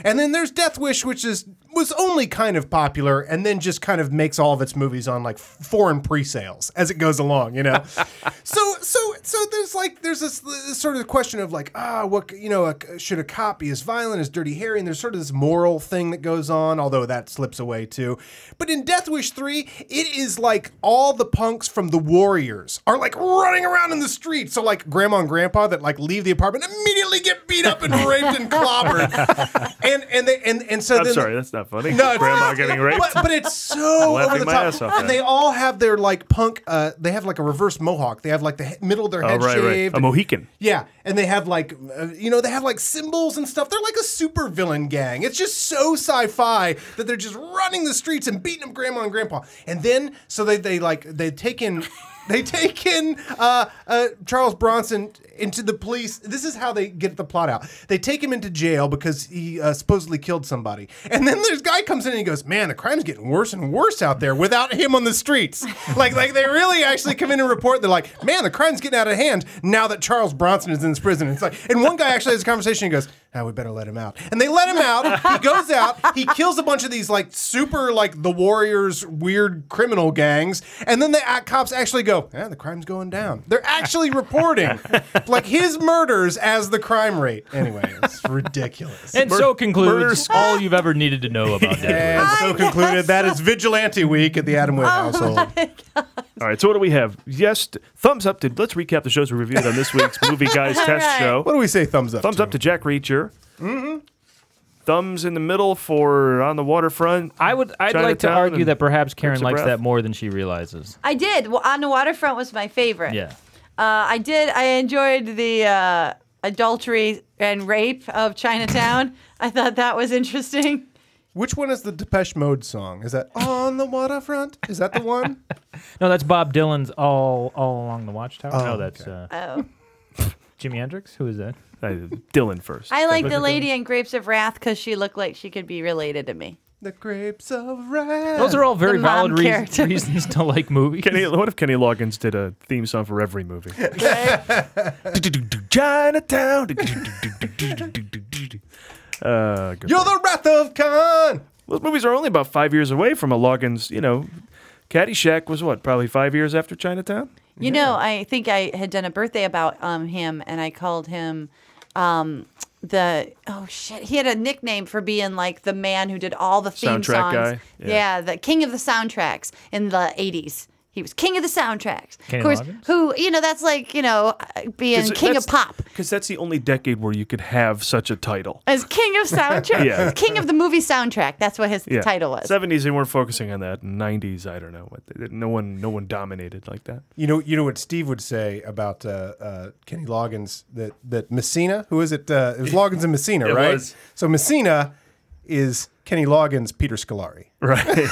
And then there's Death Wish which is was only kind of popular and then just kind of makes all of its movies on like foreign pre-sales as it goes along, you know. so so so there's like there's this, this sort of question of like ah what c- you know a, should a cop be as violent as Dirty Harry and there's sort of this moral thing that goes on although that slips away too but in Death Wish 3 it is like all the punks from the Warriors are like running around in the street so like grandma and grandpa that like leave the apartment immediately get beat up and raped and clobbered and and they and and so
I'm
then
sorry, that's not funny.
No, it's-
Grandma getting raped.
but, but it's so
laughing
over the
my
top.
ass off
and
at it.
they all have their like punk. Uh, they have like a reverse mohawk. They have like the he- middle of their
Oh,
head
right, right.
shaved.
A Mohican.
yeah, and they have like, uh, you know, they have like symbols and stuff. They're like a super villain gang. It's just so sci-fi that they're just running the streets and beating up grandma and grandpa. And then, so they they like they take in They take in uh, uh, Charles Bronson into the police. This is how they get the plot out. They take him into jail because he uh, supposedly killed somebody. And then this guy comes in and he goes, "Man, the crime's getting worse and worse out there without him on the streets." like, like they really actually come in and report. They're like, "Man, the crime's getting out of hand now that Charles Bronson is in this prison." It's like, and one guy actually has a conversation. and goes, "Now we better let him out." And they let him out. He goes out. He kills a bunch of these like super like the Warriors weird criminal gangs, and then the uh, cops actually go, "Yeah, the crime's going down." They're actually reporting like his murders as the crime rate. Anyway, it's ridiculous.
And so concludes all you've ever needed to know about Denver.
And so concluded that is Vigilante Week at the Adam Wade household.
All right, so what do we have? Yes, t- thumbs up to. Let's recap the shows we reviewed on this week's Movie Guys Test
right.
Show.
What do we say? Thumbs up.
Thumbs up to Jack Reacher. Mm-hmm. Thumbs in the middle for On the Waterfront.
I would. I'd like to
Chinatown
argue
and
that perhaps Karen
Takes a
likes
Breath.
that more than she realizes.
I did. Well, on the waterfront was my favorite.
Yeah.
Uh, I did. I enjoyed the uh, adultery and rape of Chinatown. I thought that was interesting.
Which one is the Depeche Mode song? Is that On the Waterfront? Is that the one?
No, that's Bob Dylan's all all along the Watchtower.
Oh,
no, that's uh,
Oh.
Jimi Hendrix. Who is that?
Uh, Dylan first.
I like the lady in Grapes of Wrath because she looked like she could be related to me.
the Grapes of Wrath.
Those are all very
The mom
valid reas-
character.
reasons to like movies.
Kenny, what if Kenny Loggins did a theme song for every movie? Chinatown. Uh, good.
You're the Wrath of Khan.
Those movies are only about five years away from a Loggins. You know, Caddyshack was what, probably five years after Chinatown.
You know, I think I had done a birthday about um, him, and I called him um, the oh shit. He had a nickname for being like the man who did all the theme
Soundtrack
songs.
guy?
Yeah.
Yeah.
the king of the soundtracks in the '80s. He was king of the soundtracks.
Kenny
of course,
Loggins?
who you know that's like you know uh, being king of pop.
Because that's the only decade where you could have such a title.
As king of soundtrack,
Yeah.
king of the movie soundtrack. That's what his title was.
Seventies, they weren't focusing on that. Nineties, I don't know. What they, no one, no one dominated like that.
You know, you know what Steve would say about uh, uh, Kenny Loggins that that Messina, who is it? Uh, it was Loggins and Messina,
It
right?
was.
So Messina is Kenny Loggins, Peter Scolari.
Right.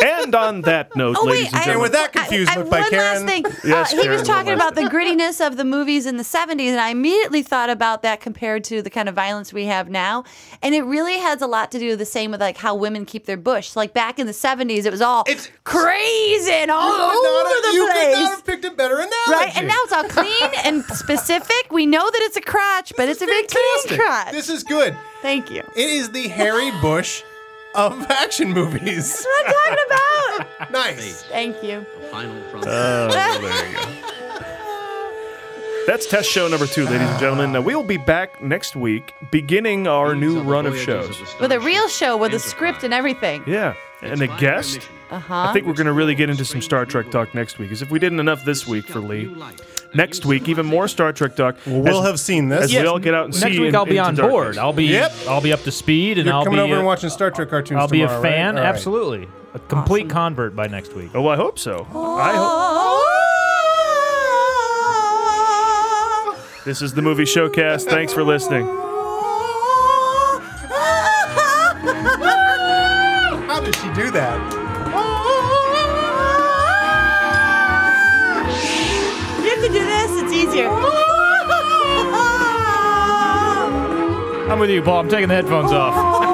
and on that note,
Oh, wait,
ladies and
I-
gentlemen,
with that confused
I, I,
look by
one last
Karen.
thing.
Yes,
Uh, he
Karen,
was
one
talking
last
about the grittiness of the movies in the 70s, and I immediately thought about that compared to the kind of violence we have now. And it really has a lot to do the same with like how women keep their bush. Like back in the 70s, it was all
It's-
crazy and all
You could not
over
have-
the
you
place.
could not have picked a better analogy.
Right, and now it's all clean and specific. We know that it's a crotch, but it's a big clean crotch.
This is good.
Thank you.
It is the Harry Bush of action movies.
That's what I'm talking about.
Nice.
Thank you.
Final front.
that's test show number two, ladies and gentlemen. Now, we will be back next week, beginning our new run of shows.
With a real show, with a script and everything.
Yeah, and a guest. I think we're going to really get into some Star Trek talk next week, because if we didn't enough this week for Lee, next week even more Star Trek talk.
We'll
as-
have seen this.
as we all get out and see.
Next week
in-
I'll be
into
on
darkness.
board. I'll be
Yep.
I'll be up to speed and
You're
I'll
coming
be uh,
over
a,
and watching Star Trek cartoons.
I'll be a
tomorrow, right?
fan.
All right.
Absolutely, a complete convert by next week.
Oh, I hope so. I hope. This is the movie showcast. Thanks for listening.
How did she do that?
You have to do this, it's easier.
I'm with you, Paul. I'm taking the headphones off.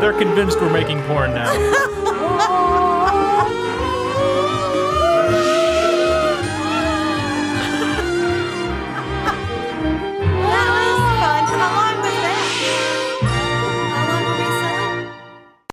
They're convinced we're making porn now.